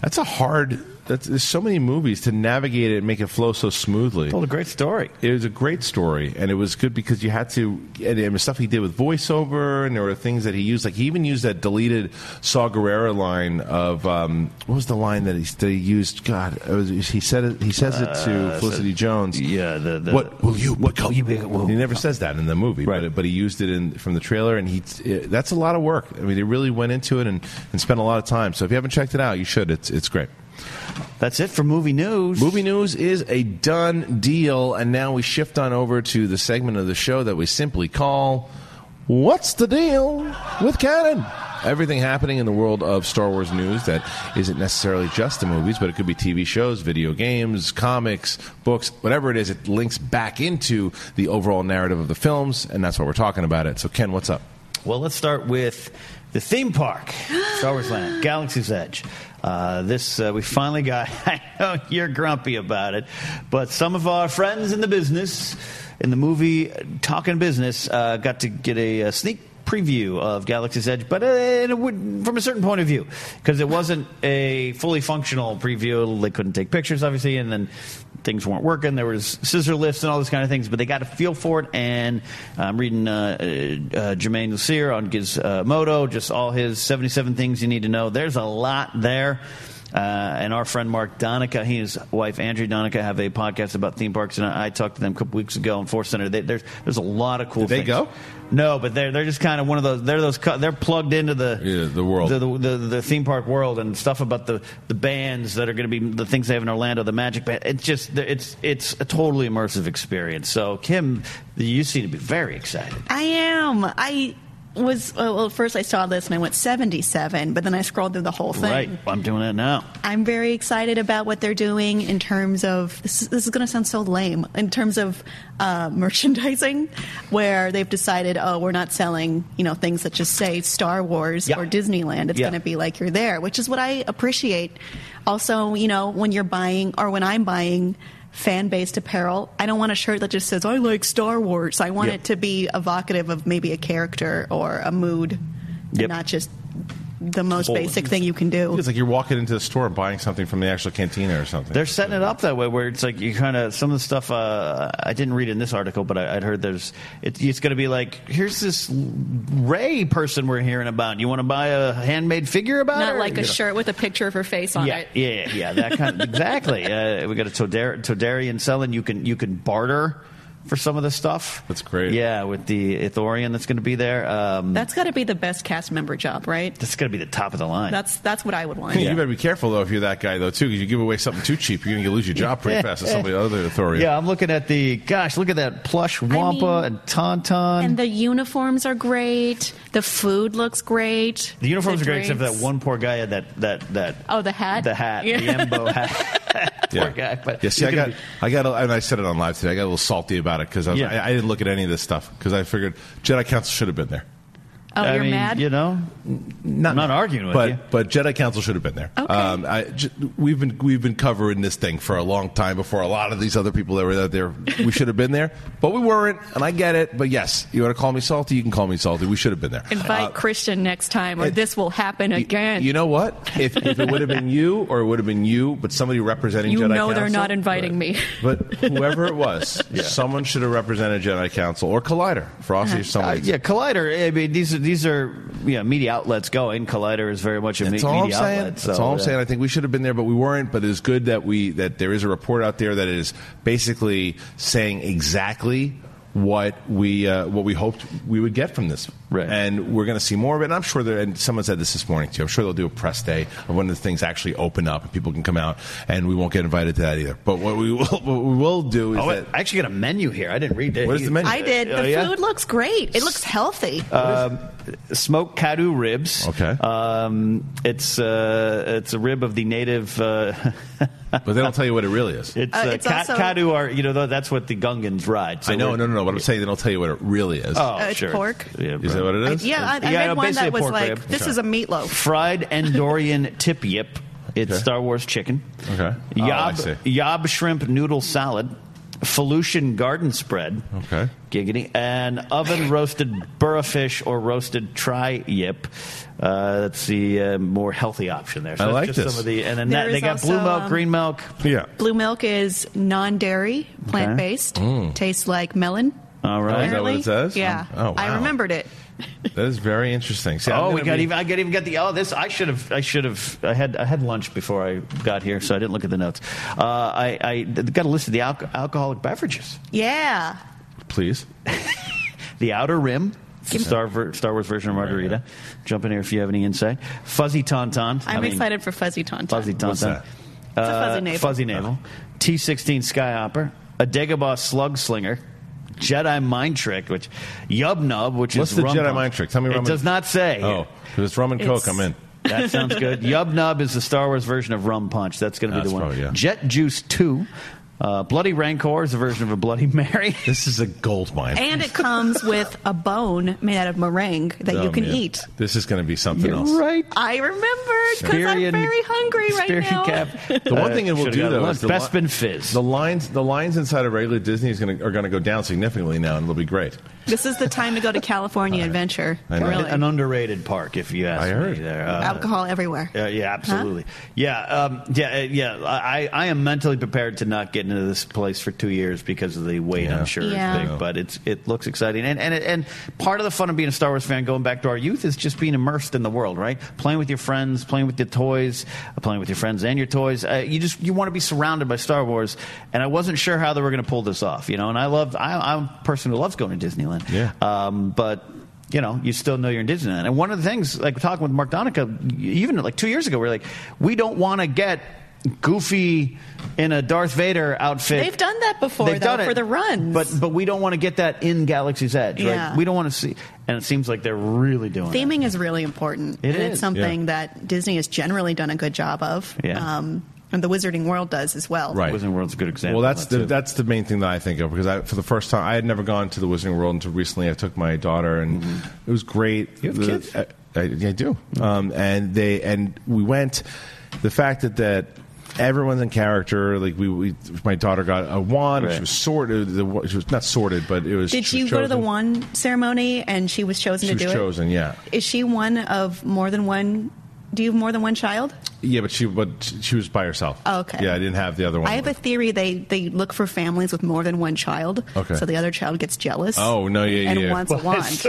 Speaker 7: that's a hard. That's, there's so many movies to navigate it and make it flow so smoothly.
Speaker 6: told a great story.
Speaker 7: It was a great story, and it was good because you had to. And it was stuff he did with voiceover, and there were things that he used. Like he even used that deleted Saw Gerrera line of um, what was the line that he, that he used? God, it was, he said it. He says it to Felicity Jones.
Speaker 6: Uh, yeah, the- the-
Speaker 7: what will you
Speaker 6: What
Speaker 7: become?
Speaker 6: will you be- will-
Speaker 7: he never says that in the movie,
Speaker 6: Right.
Speaker 7: But, but he used it in from the trailer, and he it, that's a lot of work. I mean, he really went into it and, and spent a lot of time. So if you haven't checked it out, you should. It's it's great.
Speaker 6: That's it for movie news.
Speaker 7: Movie news is a done deal, and now we shift on over to the segment of the show that we simply call What's the Deal with Canon? Everything happening in the world of Star Wars news that isn't necessarily just the movies, but it could be TV shows, video games, comics, books, whatever it is, it links back into the overall narrative of the films, and that's why we're talking about it. So, Ken, what's up?
Speaker 6: Well, let's start with the theme park, Star Wars Land, Galaxy's Edge. Uh, this uh, we finally got. I know you're grumpy about it, but some of our friends in the business, in the movie talking business, uh, got to get a, uh sneak preview of Galaxy's Edge, but uh, in a, would- from a certain point of view, because it wasn't a fully functional preview. They couldn't take pictures, obviously, and then things weren't working. There was scissor lifts and all those kind of things, but they got a feel for it. And I'm reading uh, uh, Jermaine Lucier on Gizmodo, just all his 77 things you need to know. There's a lot there. Uh, and our friend Mark Donica, he and his wife Andrew Donica have a podcast about theme parks, and I, I talked to them a couple weeks ago in Force Center. They, there's there's a lot of cool.
Speaker 9: Did they
Speaker 6: things.
Speaker 9: go?
Speaker 6: No, but they're they're just kind of one of those. They're those. cu- They're plugged into the
Speaker 9: Yeah, the world.
Speaker 6: the, the, the, the theme park world, and stuff about the, the bands that are going to be the things they have in Orlando, the Magic Band. It's just it's it's a totally immersive experience. So Kim, you seem to be very excited.
Speaker 3: I am. I was well. well, First, I saw this and I went seventy-seven, but then I scrolled through the whole thing.
Speaker 6: Right, I'm doing that now.
Speaker 3: I'm very excited about what they're doing in terms of this. is- This is going to sound so lame in terms of uh, merchandising, where they've decided, oh, we're not selling you know things that just say Star Wars
Speaker 6: Yeah.
Speaker 3: or Disneyland. It's
Speaker 6: Yeah.
Speaker 3: going to be like you're there, which is what I appreciate. Also, you know, when you're buying or when I'm buying fan-based apparel, I don't want a shirt that just says I like Star Wars. I want
Speaker 6: Yep.
Speaker 3: it to be evocative of maybe a character or a mood,
Speaker 6: Yep.
Speaker 3: and not just the most
Speaker 6: Whole-
Speaker 3: basic thing you can do.
Speaker 7: It's like you're walking into the store and buying something from the actual cantina or something.
Speaker 6: They're setting it up that way, where it's like you kind of some of the stuff uh, I didn't read in this article, but I, I'd heard there's it, it's going to be like here's this Ray person we're hearing about. You want to buy a handmade figure about
Speaker 10: Not
Speaker 6: her?
Speaker 10: like
Speaker 6: You
Speaker 10: a
Speaker 6: know.
Speaker 10: shirt with a picture of her face on
Speaker 6: yeah,
Speaker 10: it.
Speaker 6: Yeah, yeah, yeah, that kind of, exactly. Uh, we got a Toder- Todarian selling. You can you can barter for some of the stuff.
Speaker 7: That's great.
Speaker 6: Yeah, with the Ithorian that's going to be there. Um,
Speaker 10: That's got to be the best cast member job, right?
Speaker 6: that's going to be the top of the line.
Speaker 10: That's that's what I would want.
Speaker 7: You better be careful though if you're that guy though too, because you give away something too cheap, you're going to lose your job pretty fast to somebody other authority.
Speaker 6: yeah, I'm looking at the gosh. Look at that plush Wampa
Speaker 10: mean-
Speaker 6: and Tauntaun.
Speaker 10: And the uniforms are great. The food looks great.
Speaker 6: The uniforms
Speaker 10: The
Speaker 6: are great, except for
Speaker 10: drinks.
Speaker 6: that one poor guy had that that that.
Speaker 10: Oh, the hat?
Speaker 6: The hat.
Speaker 10: Yeah.
Speaker 6: The Embo hat. poor guy. But
Speaker 7: yeah, see, I
Speaker 6: he's
Speaker 7: got,
Speaker 6: gonna
Speaker 7: I got, a- and I said it on live today. I got a little salty about it because I, was
Speaker 6: Yeah.
Speaker 7: I, I didn't look at any of this stuff because I figured Jedi Council should have been there.
Speaker 10: Oh,
Speaker 6: I
Speaker 10: you're
Speaker 6: mean,
Speaker 10: mad?
Speaker 6: You know,
Speaker 7: Not
Speaker 6: I'm not arguing with
Speaker 7: but,
Speaker 6: you.
Speaker 7: But Jedi Council should have been there.
Speaker 10: Okay.
Speaker 7: Um, I, j- we've been we've been covering this thing for a long time before a lot of these other people that were out there. We should have been there, but we weren't, and I get it. But yes, you want to call me salty, you can call me salty. We should have been there.
Speaker 10: Invite
Speaker 7: Uh,
Speaker 10: Christian next time, or
Speaker 7: it-
Speaker 10: this will happen
Speaker 7: y-
Speaker 10: again.
Speaker 7: You know what? If, if it would have been you, or it would have been you, but somebody representing
Speaker 10: You
Speaker 7: Jedi
Speaker 10: know they're
Speaker 7: Council-
Speaker 10: not inviting me.
Speaker 7: But whoever it was, someone should have represented Jedi Council or Collider, Frosty
Speaker 10: Uh-huh.
Speaker 7: or
Speaker 6: Uh,
Speaker 7: someone.
Speaker 6: yeah, Collider. I mean, these are these are yeah media outlets going. Collider is very much a
Speaker 7: That's
Speaker 6: me-
Speaker 7: all I'm
Speaker 6: media
Speaker 7: saying.
Speaker 6: outlet. So,
Speaker 7: That's all I'm
Speaker 6: yeah.
Speaker 7: saying. I think we should have been there, but we weren't. But it's good that we that there is a report out there that is basically saying exactly what we uh, what we hoped we would get from this.
Speaker 6: Right.
Speaker 7: And we're going to see more of it. And I'm sure there. And someone said this this morning too. I'm sure they'll do a press day of when the things actually open up and people can come out. And we won't get invited to that either. But what we will what we will do is
Speaker 6: Oh,
Speaker 7: that.
Speaker 6: wait, I actually got a menu here. I didn't read that.
Speaker 7: What is the menu?
Speaker 3: I did.
Speaker 6: Oh,
Speaker 3: The
Speaker 6: yeah?
Speaker 3: food looks great. It looks healthy.
Speaker 6: Um, smoked kadu ribs.
Speaker 7: Okay.
Speaker 6: Um, it's uh, it's a rib of the native. Uh,
Speaker 7: but they don't tell you what it really is.
Speaker 6: it's
Speaker 3: Uh,
Speaker 6: uh,
Speaker 3: it's
Speaker 6: ka-
Speaker 3: also-
Speaker 6: kadu are you know tho- that's what the Gungans ride. So
Speaker 7: I know.
Speaker 6: we're-
Speaker 7: No, no, no. But I'm saying they don't tell you what it really is.
Speaker 6: Oh,
Speaker 3: Uh, it's
Speaker 6: sure.
Speaker 3: pork.
Speaker 6: Yeah,
Speaker 7: Is that what it is?
Speaker 3: yeah, I, I
Speaker 6: Yeah,
Speaker 3: read
Speaker 6: no,
Speaker 3: one
Speaker 6: basically a
Speaker 3: that was
Speaker 6: pork
Speaker 3: like,
Speaker 6: rib.
Speaker 3: this
Speaker 7: Okay.
Speaker 3: is a meatloaf.
Speaker 6: fried Andorian tip yip. It's
Speaker 7: Okay.
Speaker 6: Star Wars chicken.
Speaker 7: Okay. Oh, I see.
Speaker 6: Yob, yob shrimp noodle salad. Felucian garden spread.
Speaker 7: Okay.
Speaker 6: Giggity. And oven roasted burra fish or roasted tri yip. Uh, that's the uh, more healthy option there. So
Speaker 7: I
Speaker 6: that's
Speaker 7: like
Speaker 6: just
Speaker 7: this.
Speaker 6: Some of the, and then
Speaker 3: There
Speaker 6: that, they
Speaker 3: is
Speaker 6: got blue
Speaker 3: also,
Speaker 6: milk,
Speaker 3: um,
Speaker 6: green milk.
Speaker 7: Yeah.
Speaker 3: Blue milk is non dairy, plant based, tastes like melon.
Speaker 6: All right.
Speaker 7: Mm. Is that what it
Speaker 3: apparently.
Speaker 7: says?
Speaker 3: Yeah.
Speaker 7: Oh, wow.
Speaker 3: I remembered it.
Speaker 7: That is very interesting. See, I'm
Speaker 6: oh,
Speaker 7: gonna
Speaker 6: we got
Speaker 7: be-
Speaker 6: even. I got even got the. Oh, this. I should have. I should have. I had. I had lunch before I got here, so I didn't look at the notes. Uh, I, I got a list of the alco- alcoholic beverages.
Speaker 3: Yeah.
Speaker 7: Please.
Speaker 6: The Outer Rim. Star, ver- Star Wars version of Margarita. Jump in here if you have any insight. Fuzzy Tauntaun.
Speaker 3: I'm
Speaker 6: I mean,
Speaker 3: excited for Fuzzy Tauntaun.
Speaker 6: Fuzzy Tauntaun. Uh,
Speaker 7: What's that?
Speaker 3: It's a fuzzy navel.
Speaker 6: Fuzzy Navel. T 16 Skyhopper. A Dagobah Slug Slinger. Jedi Mind Trick, which Yub Nub, which
Speaker 7: What's
Speaker 6: is
Speaker 7: the
Speaker 6: rum
Speaker 7: Jedi
Speaker 6: punch.
Speaker 7: Mind Trick? Tell me
Speaker 6: It
Speaker 7: rum and-
Speaker 6: does not say. here.
Speaker 7: Oh, if it's rum and coke, I'm in.
Speaker 6: That sounds good. Yub Nub is the Star Wars version of Rum Punch. That's going to be
Speaker 7: That's
Speaker 6: the one.
Speaker 7: probably- yeah.
Speaker 6: Jet Juice 2. Uh, Bloody Rancor is a version of a Bloody Mary.
Speaker 7: This is a gold mine.
Speaker 3: And it comes with a bone made out of meringue that you
Speaker 7: Oh,
Speaker 3: can
Speaker 7: man.
Speaker 3: eat.
Speaker 7: This is going to be something else.
Speaker 6: right.
Speaker 3: I remembered because I'm
Speaker 6: Experian-
Speaker 3: very hungry right
Speaker 6: Experian
Speaker 3: now.
Speaker 6: Cap.
Speaker 7: The one thing it will
Speaker 6: Should've
Speaker 7: do,
Speaker 6: got
Speaker 7: though,
Speaker 6: lunch.
Speaker 7: is the
Speaker 6: Best
Speaker 7: li-
Speaker 6: Bin Fizz.
Speaker 7: The lines, the lines inside of regular Disney is gonna, are going to go down significantly now, and it'll be great.
Speaker 3: This is the time to go to California Adventure.
Speaker 7: I know.
Speaker 3: Really.
Speaker 6: An underrated park, if you ask
Speaker 7: I heard.
Speaker 6: me. There, Uh,
Speaker 3: Alcohol everywhere.
Speaker 6: yeah, yeah, absolutely. Yeah, um, yeah, uh, yeah. I, I am mentally prepared to not get getting into this place for two years because of the wait.
Speaker 1: Yeah.
Speaker 6: I'm sure
Speaker 11: Yeah.
Speaker 6: is big, but it's it looks exciting. And and and part of the fun of being a Star Wars fan, going back to our youth, is just being immersed in the world, right? Playing with your friends, playing with your toys, uh, playing with your friends and your toys. Uh, you just you want to be surrounded by Star Wars. And I wasn't sure how they were going to pull this off, you know. And I loved. I, I'm a person who loves going to Disneyland.
Speaker 1: Yeah.
Speaker 6: Um, but you know, you still know you're in Disneyland. And one of the things, like talking with Mark Donica, even like two years ago, we are like, we don't want to get goofy in a Darth Vader outfit.
Speaker 7: They've done that before,
Speaker 6: They've
Speaker 7: though,
Speaker 6: done it,
Speaker 7: for the runs.
Speaker 6: but but we don't want to get that in Galaxy's Edge,
Speaker 7: Yeah.
Speaker 6: right? We don't want to see. And it seems like they're really doing it.
Speaker 7: Theming is really important.
Speaker 6: It
Speaker 7: and
Speaker 6: is,
Speaker 7: it's something that Disney has generally done a good job of.
Speaker 6: Yeah.
Speaker 7: Um, and the Wizarding World does as well.
Speaker 1: Right.
Speaker 6: Wizarding World's a good example.
Speaker 1: Well, that's
Speaker 6: of that,
Speaker 1: the
Speaker 6: too.
Speaker 1: that's the main thing that I think of because I, for the first time I had never gone to the Wizarding World until recently. I took my daughter and it was great.
Speaker 6: Mm-hmm. You have
Speaker 1: The-
Speaker 6: kids? Mm-hmm.
Speaker 1: I, I, yeah, I do. Um, and they and we went. The fact that that everyone's in character, like we, we my daughter got a wand.
Speaker 6: Right.
Speaker 1: She was sorted. The, she was not sorted, but it was.
Speaker 7: Did
Speaker 1: she
Speaker 7: you
Speaker 1: was
Speaker 7: go to the
Speaker 1: chosen.
Speaker 7: one ceremony and she was chosen
Speaker 1: She
Speaker 7: to
Speaker 1: was
Speaker 7: do
Speaker 1: chosen. Yeah.
Speaker 7: it? Is she one of more than one? Do you have more than one child?
Speaker 1: Yeah, but she but she was by herself.
Speaker 7: Oh, okay.
Speaker 1: Yeah, I didn't have the other one.
Speaker 7: I have a theory they, they look for families with more than one child.
Speaker 1: Okay.
Speaker 7: So the other child gets jealous.
Speaker 1: Oh, no, yeah,
Speaker 7: And
Speaker 1: yeah.
Speaker 7: wants a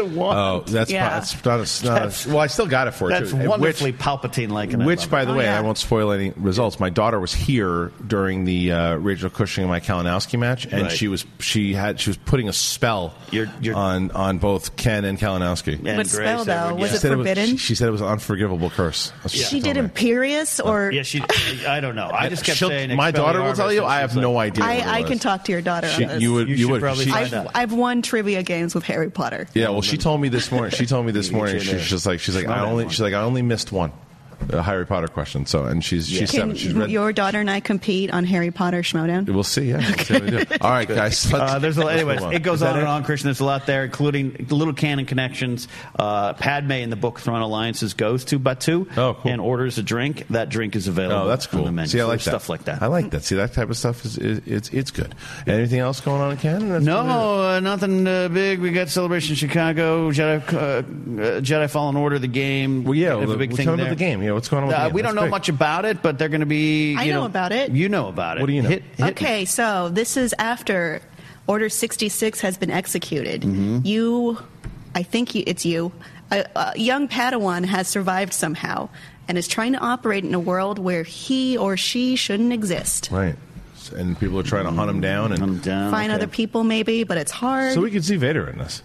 Speaker 7: wand.
Speaker 1: Oh, that's
Speaker 7: Yeah.
Speaker 1: yeah. that's not a, it's not a- well. I still got it for her,
Speaker 6: That's
Speaker 1: too. Which-
Speaker 6: wonderfully Palpatine-like, and I love
Speaker 1: Which,
Speaker 6: it.
Speaker 1: by the
Speaker 7: Oh,
Speaker 1: way,
Speaker 7: yeah.
Speaker 1: I won't spoil any results. My daughter was here during the uh, Rachel Cushing and Mike Kalinowski match, and
Speaker 6: Right.
Speaker 1: she was she had she was putting a spell
Speaker 6: You're- you're-
Speaker 1: on on both Ken and Kalinowski.
Speaker 6: And
Speaker 7: What spell,
Speaker 6: Grace,
Speaker 7: though?
Speaker 6: Edward,
Speaker 7: Was
Speaker 6: yeah.
Speaker 7: it- forbidden?
Speaker 1: was, she said it was an unforgivable curse. That's what
Speaker 7: She
Speaker 1: told
Speaker 7: did
Speaker 1: me.
Speaker 7: imperious or
Speaker 6: Yeah, she. I don't know. I just kept
Speaker 1: She'll-
Speaker 6: saying.
Speaker 1: My daughter will tell you.
Speaker 6: Expelliarmus,
Speaker 1: I
Speaker 6: and
Speaker 1: have
Speaker 6: she's
Speaker 1: no
Speaker 6: like,
Speaker 1: idea. what it
Speaker 7: I, I
Speaker 1: was.
Speaker 7: can talk to your daughter
Speaker 1: She-
Speaker 7: on this.
Speaker 1: you would.
Speaker 6: You
Speaker 1: You,
Speaker 6: should
Speaker 1: would.
Speaker 6: probably
Speaker 1: she-
Speaker 6: find
Speaker 7: I've,
Speaker 6: out.
Speaker 7: I've won trivia games with Harry Potter.
Speaker 1: Yeah, well, she told me this morning. She told me this
Speaker 6: You get
Speaker 1: morning.
Speaker 6: your
Speaker 1: She's
Speaker 6: name.
Speaker 1: just like she's like
Speaker 6: Smell
Speaker 1: I
Speaker 6: that
Speaker 1: only
Speaker 6: one.
Speaker 1: she's like I only missed one, a Harry Potter question. So and she's she's
Speaker 7: Can
Speaker 1: seven. She's read.
Speaker 7: your daughter and I compete on Harry Potter Schmodown?
Speaker 1: We'll see. Yeah. We'll see how we do. All right, guys. let's-
Speaker 6: Uh, there's a,
Speaker 1: let's
Speaker 6: anyways,
Speaker 1: move on.
Speaker 6: it goes
Speaker 1: Is that
Speaker 6: on and on, Christian. There's a lot there, including the little canon connections. Uh, Padme in the book Throne Alliances goes to Batu
Speaker 1: Oh, cool.
Speaker 6: and orders a drink. That drink is available.
Speaker 1: Oh, that's
Speaker 6: On the
Speaker 1: cool.
Speaker 6: menu.
Speaker 1: See, I
Speaker 6: So
Speaker 1: like
Speaker 6: there's
Speaker 1: that.
Speaker 6: stuff like that.
Speaker 1: I like that. See, that type of stuff is, is it's it's good. Anything else going on in Canada? That's what it is.
Speaker 6: No, uh, nothing uh, big. We got Celebration Chicago, Jedi, uh, uh, Jedi Fallen Order, the game.
Speaker 1: Well, yeah.
Speaker 6: They have
Speaker 1: Well,
Speaker 6: a big
Speaker 1: well,
Speaker 6: thing
Speaker 1: tell me
Speaker 6: there.
Speaker 1: about the game. Yeah, what's going on with the
Speaker 6: Uh,
Speaker 1: game?
Speaker 6: we
Speaker 1: That's
Speaker 6: don't know
Speaker 1: big.
Speaker 6: much about it, but they're going to be.
Speaker 7: I
Speaker 6: you
Speaker 7: know about it.
Speaker 6: You know about it.
Speaker 1: What do you know?
Speaker 6: Hit, hit me.
Speaker 7: Okay, so this is after Order 66 has been executed.
Speaker 6: Mm-hmm.
Speaker 7: You, I think you, it's you, a, a young Padawan has survived somehow and is trying to operate in a world where he or she shouldn't exist.
Speaker 1: Right. S- And people are trying to hunt him down. And
Speaker 6: I'm down.
Speaker 7: Find
Speaker 6: okay.
Speaker 7: other people, maybe, but it's hard.
Speaker 1: so we could see Vader in this.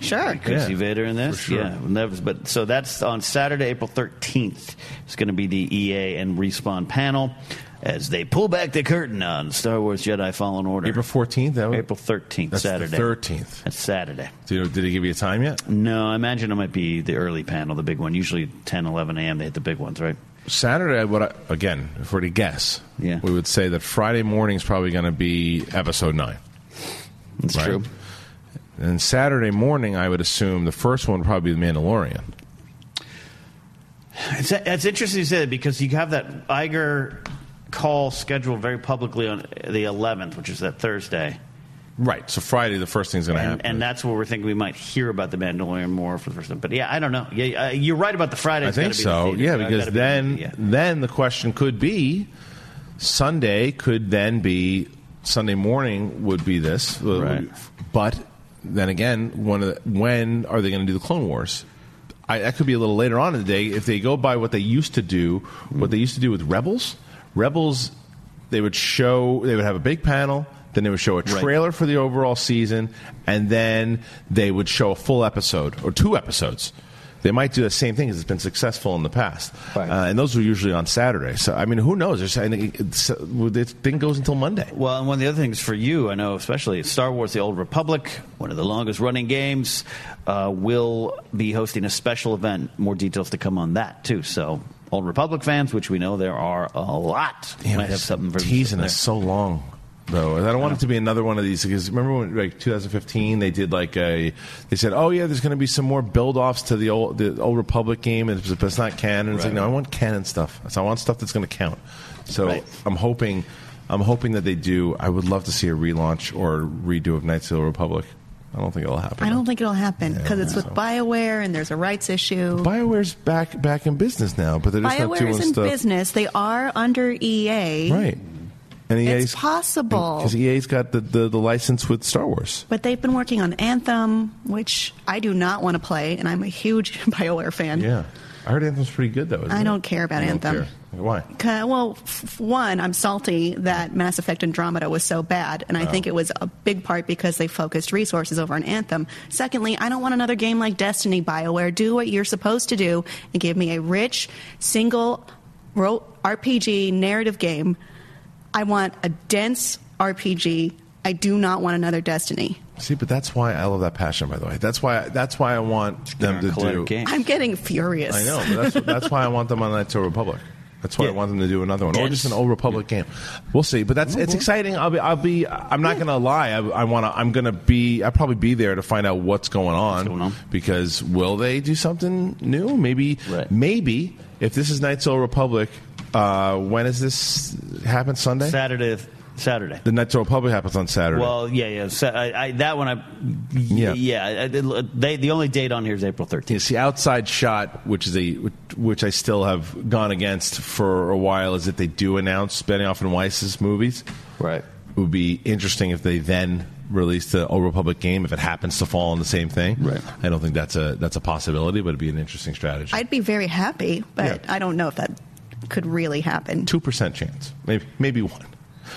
Speaker 7: sure.
Speaker 6: Could
Speaker 1: Yeah,
Speaker 6: see Vader in this,
Speaker 1: for sure.
Speaker 6: yeah. and that was- but so that's on Saturday, April thirteenth. It's going to be the EA and respawn panel as they pull back the curtain on Star Wars Jedi Fallen Order.
Speaker 1: April fourteenth.
Speaker 6: April thirteenth,
Speaker 1: That's the
Speaker 6: Saturday.
Speaker 1: 13th.
Speaker 6: That's Saturday.
Speaker 1: Do you, did he give you a time yet?
Speaker 6: No, I imagine it might be the early panel, the big one. Usually 10, 11 a.m. They hit the big ones, right?
Speaker 1: Saturday, what I, again, if we're to guess,
Speaker 6: Yeah.
Speaker 1: we would say that Friday morning is probably going to be episode nine.
Speaker 6: That's
Speaker 1: Right.
Speaker 6: true.
Speaker 1: And Saturday morning, I would assume the first one would probably be The Mandalorian.
Speaker 6: It's, it's interesting you say that because you have that Iger call scheduled very publicly on the eleventh, which is that Thursday.
Speaker 1: Right. So Friday, the first thing's going to happen.
Speaker 6: and, and that's where we're thinking we might hear about the Mandalorian more for the first time. But yeah, I don't know. Yeah, uh, you're right about the Friday.
Speaker 1: I think so. yeah, because then then the question could be Sunday could then be Sunday morning would be this,
Speaker 6: Right.
Speaker 1: but then again, one of the, when are they going to do the Clone Wars? I, that could be a little later on in the day if they go by what they used to do, what they used to do with Rebels. Rebels, they would show, they would have a big panel. Then they would show a trailer for the overall season, and then they would show a full episode or two episodes. They might do the same thing because it's been successful in the past,
Speaker 6: Right.
Speaker 1: uh, and those were usually on Saturday. So I mean, who knows? There's, and it's, the thing goes until Monday.
Speaker 6: Well, and one of the other things for you, I know, especially Star Wars: The Old Republic, one of the longest-running games, uh, will be hosting a special event. More details to come on that too. So, Old Republic fans, which we know there are a lot, might have something for
Speaker 1: teasing
Speaker 6: there.
Speaker 1: us so long. Though I don't want it to be another one of these because remember when like 2015 they did like a they said oh yeah there's going to be some more build offs to the old the old Republic game and it's, but it's not canon it's like
Speaker 6: Right.
Speaker 1: no I want canon stuff so I want stuff that's going to count so
Speaker 6: Right.
Speaker 1: I'm hoping I'm hoping that they do I would love to see a relaunch or redo of Knights of the Republic I don't think it'll happen
Speaker 7: I don't think it'll happen because it's with
Speaker 1: so.
Speaker 7: BioWare and there's a rights issue.
Speaker 1: Bioware's back back in business now but they're just not
Speaker 7: BioWare
Speaker 1: doing
Speaker 7: is in
Speaker 1: stuff
Speaker 7: E business. They are under EA.
Speaker 1: right E
Speaker 12: And EA's,
Speaker 7: It's possible.
Speaker 12: Because EA's got the, the, the license with Star Wars.
Speaker 7: But they've been working on Anthem, which I do not want to play, and I'm a huge BioWare fan.
Speaker 12: Yeah. I heard Anthem's pretty good, though. isn't
Speaker 7: I
Speaker 12: it?
Speaker 7: don't care about
Speaker 12: I don't
Speaker 7: Anthem.
Speaker 12: care. Why?
Speaker 7: 'Kay, Well, f- f- one, I'm salty that Mass Effect Andromeda was so bad, and I think it was a big part because they focused resources over on Anthem. Secondly, I don't want another game like Destiny, BioWare. Do what you're supposed to do and give me a rich, single ro- RPG narrative game. I want a dense RPG. I do not want another Destiny.
Speaker 12: See, but that's why I love that passion. By the way, that's why that's why I want them to do.
Speaker 6: Game.
Speaker 7: I'm getting furious.
Speaker 12: I know. But that's that's why I want them on that to Republic. That's why I
Speaker 6: Yeah.
Speaker 12: want them to do another one, or just an
Speaker 6: Yes.
Speaker 12: old Republic game. We'll see. But that's it's exciting. I'll be. I'll be. I'm not gonna lie. I, I wanna. I'm gonna be. I'll probably be there to find out what's going on.
Speaker 6: going on?
Speaker 12: Because will they do something new? Maybe.
Speaker 6: Right.
Speaker 12: Maybe if this is Knights Old Republic, uh, when is this happen? Sunday.
Speaker 6: Saturday. Saturday.
Speaker 12: The Knights Old Republic happens on Saturday.
Speaker 6: Well, yeah, yeah. So I, I, that one, I,
Speaker 12: Yeah.
Speaker 6: yeah, yeah. I- They, the only date on here is April 13th.
Speaker 12: Yes, the outside shot, which is a which I still have gone against for a while, is if they do announce Benioff and Weiss's movies.
Speaker 6: Right.
Speaker 12: It would be interesting if they then release the Old Republic game if it happens to fall on the same thing.
Speaker 6: Right.
Speaker 12: I don't think that's a that's a possibility, but it'd be an interesting strategy.
Speaker 7: I'd be very happy, but
Speaker 12: Yeah.
Speaker 7: I don't know if that could really happen.
Speaker 12: Two percent chance, maybe maybe one.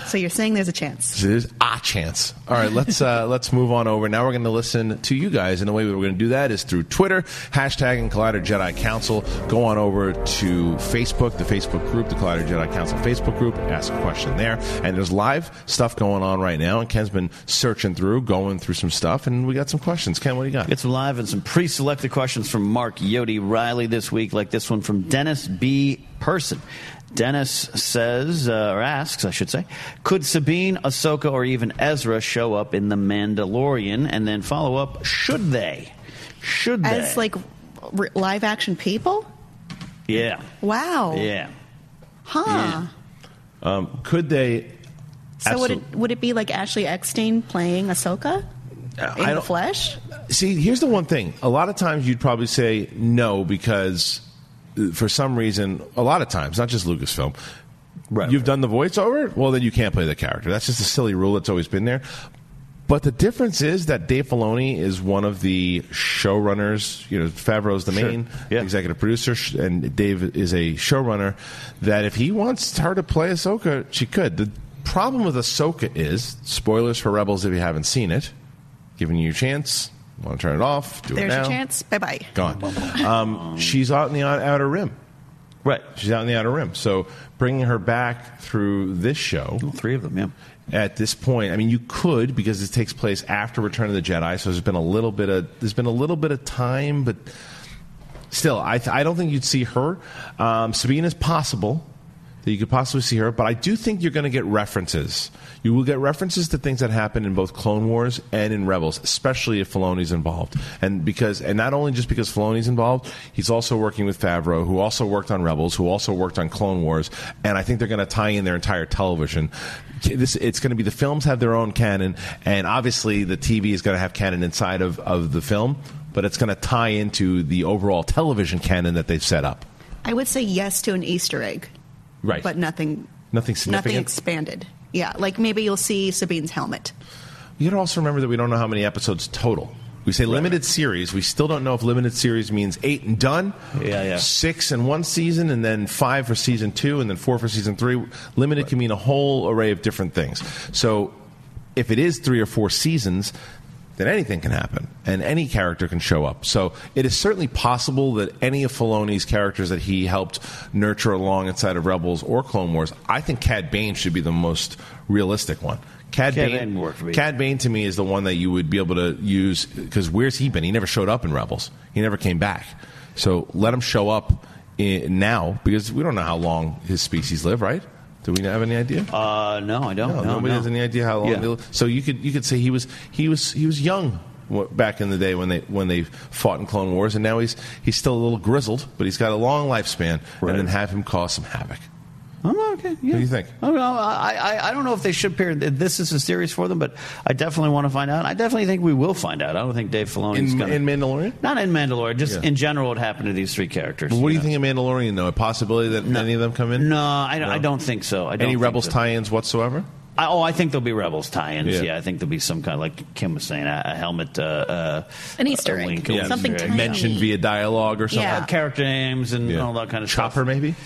Speaker 7: So you're saying there's a chance.
Speaker 12: So there's a chance. All right, let's uh, let's move on over. Now we're going to listen to you guys, and the way we're going to do that is through Twitter, hashtag and Collider Jedi Council. Go on over to Facebook, the Facebook group, the Collider Jedi Council Facebook group. Ask a question there, and there's live stuff going on right now. And Ken's been searching through, going through some stuff, and we got some questions. Ken, what do you got?
Speaker 6: Get some live and some pre-selected questions from Mark Yodi Riley this week, like this one from Dennis B. Person. Dennis says, uh, or asks, I should say, could Sabine, Ahsoka, or even Ezra show up in The Mandalorian? And then follow up, should they? Should they?
Speaker 7: As like r- live action people?
Speaker 6: yeah,
Speaker 7: Wow.
Speaker 6: yeah.
Speaker 7: Huh.
Speaker 6: Yeah.
Speaker 7: uh.
Speaker 12: Um, Could they?
Speaker 7: So would it, would it be like Ashley Eckstein playing Ahsoka in
Speaker 12: Uh, I
Speaker 7: the
Speaker 12: don't-
Speaker 7: flesh?
Speaker 12: See, here's the one thing. A lot of times you'd probably say no because uh, for some reason, a lot of times, not just Lucasfilm,
Speaker 6: Right,
Speaker 12: you've
Speaker 6: right.
Speaker 12: done the voiceover, well, then you can't play the character. That's just a silly rule that's always been there. But the difference is that Dave Filoni is one of the showrunners. You know, Favreau's the
Speaker 6: Sure.
Speaker 12: main
Speaker 6: Yeah.
Speaker 12: executive producer, sh- and Dave is a showrunner. That if he wants her to play Ahsoka, she could. The problem with Ahsoka is spoilers for Rebels if you haven't seen it. Giving you your chance, want to turn it off? Do
Speaker 7: There's
Speaker 12: it now.
Speaker 7: your chance. Bye bye.
Speaker 12: Gone. Um, she's out in the out- outer rim.
Speaker 6: Right.
Speaker 12: She's out in the outer rim. So bringing her back through this show
Speaker 6: Three of them, yeah.
Speaker 12: at this point. I mean, you could because this takes place after Return of the Jedi, so there's been a little bit of there's been a little bit of time, but still, I th- I don't think you'd see her. Um, Sabine is possible that you could possibly see her, but I do think you're going to get references. You will get references to things that happened in both Clone Wars and in Rebels, especially if Filoni's involved, and because and not only just because Filoni's involved, he's also working with Favreau, who also worked on Rebels, who also worked on Clone Wars, and I think they're going to tie in their entire television. This it's going to be the films have their own canon, and obviously the TV is going to have canon inside of of the film, but it's going to tie into the overall television canon that they've set up.
Speaker 7: I would say yes to an Easter egg,
Speaker 12: Right,
Speaker 7: but nothing.
Speaker 12: Nothing
Speaker 7: Nothing
Speaker 12: significant?
Speaker 7: expanded. Yeah, like maybe you'll see Sabine's helmet.
Speaker 12: You got to also remember that we don't know how many episodes total. We say limited series. We still don't know if limited series means eight and done,
Speaker 6: Yeah, yeah.
Speaker 12: six in one season, and then five for season two, and then four for season three. Limited can mean a whole array of different things. So, if it is three or four seasons, then anything can happen, and any character can show up. So, it is certainly possible that any of Filoni's characters that he helped nurture along inside of Rebels or Clone Wars, I think Cad Bane should be the most realistic one. Cad,
Speaker 6: Cad
Speaker 12: Bane,
Speaker 6: Bane worked for me.
Speaker 12: Cad Cad Bane to me is the one that you would be able to use because where's he been? He never showed up in Rebels. He never came back. So let him show up in, now because we don't know how long his species live, right? Do we have any idea?
Speaker 6: Uh, no, I don't.
Speaker 12: no,
Speaker 6: No,
Speaker 12: nobody
Speaker 6: no.
Speaker 12: has any idea how long.
Speaker 6: Yeah.
Speaker 12: they live. So you could you could say he was he was he was young wh- back in the day when they when they fought in Clone Wars, and now he's he's still a little grizzled, but he's got a long lifespan,
Speaker 6: Right.
Speaker 12: and then have him cause some havoc.
Speaker 6: I'm okay. Yeah.
Speaker 12: What do you think?
Speaker 6: I don't know. I, I, I don't know if they should appear. This is a series for them, but I definitely want to find out. I definitely think we will find out. I don't think Dave Filoni is
Speaker 12: In,
Speaker 6: going
Speaker 12: in Mandalorian?
Speaker 6: Oh, Not in Mandalorian. Just
Speaker 12: Yeah.
Speaker 6: in general, what happened to these three characters.
Speaker 12: Well, what do you
Speaker 6: know?
Speaker 12: think of Mandalorian, though? A possibility that any of them come in?
Speaker 6: No, I, I don't think so. I don't
Speaker 12: Any
Speaker 6: think
Speaker 12: Rebels
Speaker 6: so.
Speaker 12: tie ins whatsoever?
Speaker 6: I, oh, I think there'll be Rebels tie-ins. Yeah.
Speaker 12: Yeah.
Speaker 6: I think there'll be some kind of like Kim was saying, a, a helmet, uh, uh,
Speaker 13: An
Speaker 6: a-
Speaker 13: Easter
Speaker 6: a
Speaker 13: egg.
Speaker 6: link, a
Speaker 13: Yeah. Something
Speaker 6: Easter egg.
Speaker 13: tiny.
Speaker 12: Mentioned via dialogue or something?
Speaker 13: Yeah.
Speaker 6: character names and
Speaker 12: Yeah.
Speaker 6: all that kind of stuff.
Speaker 12: Chopper, maybe?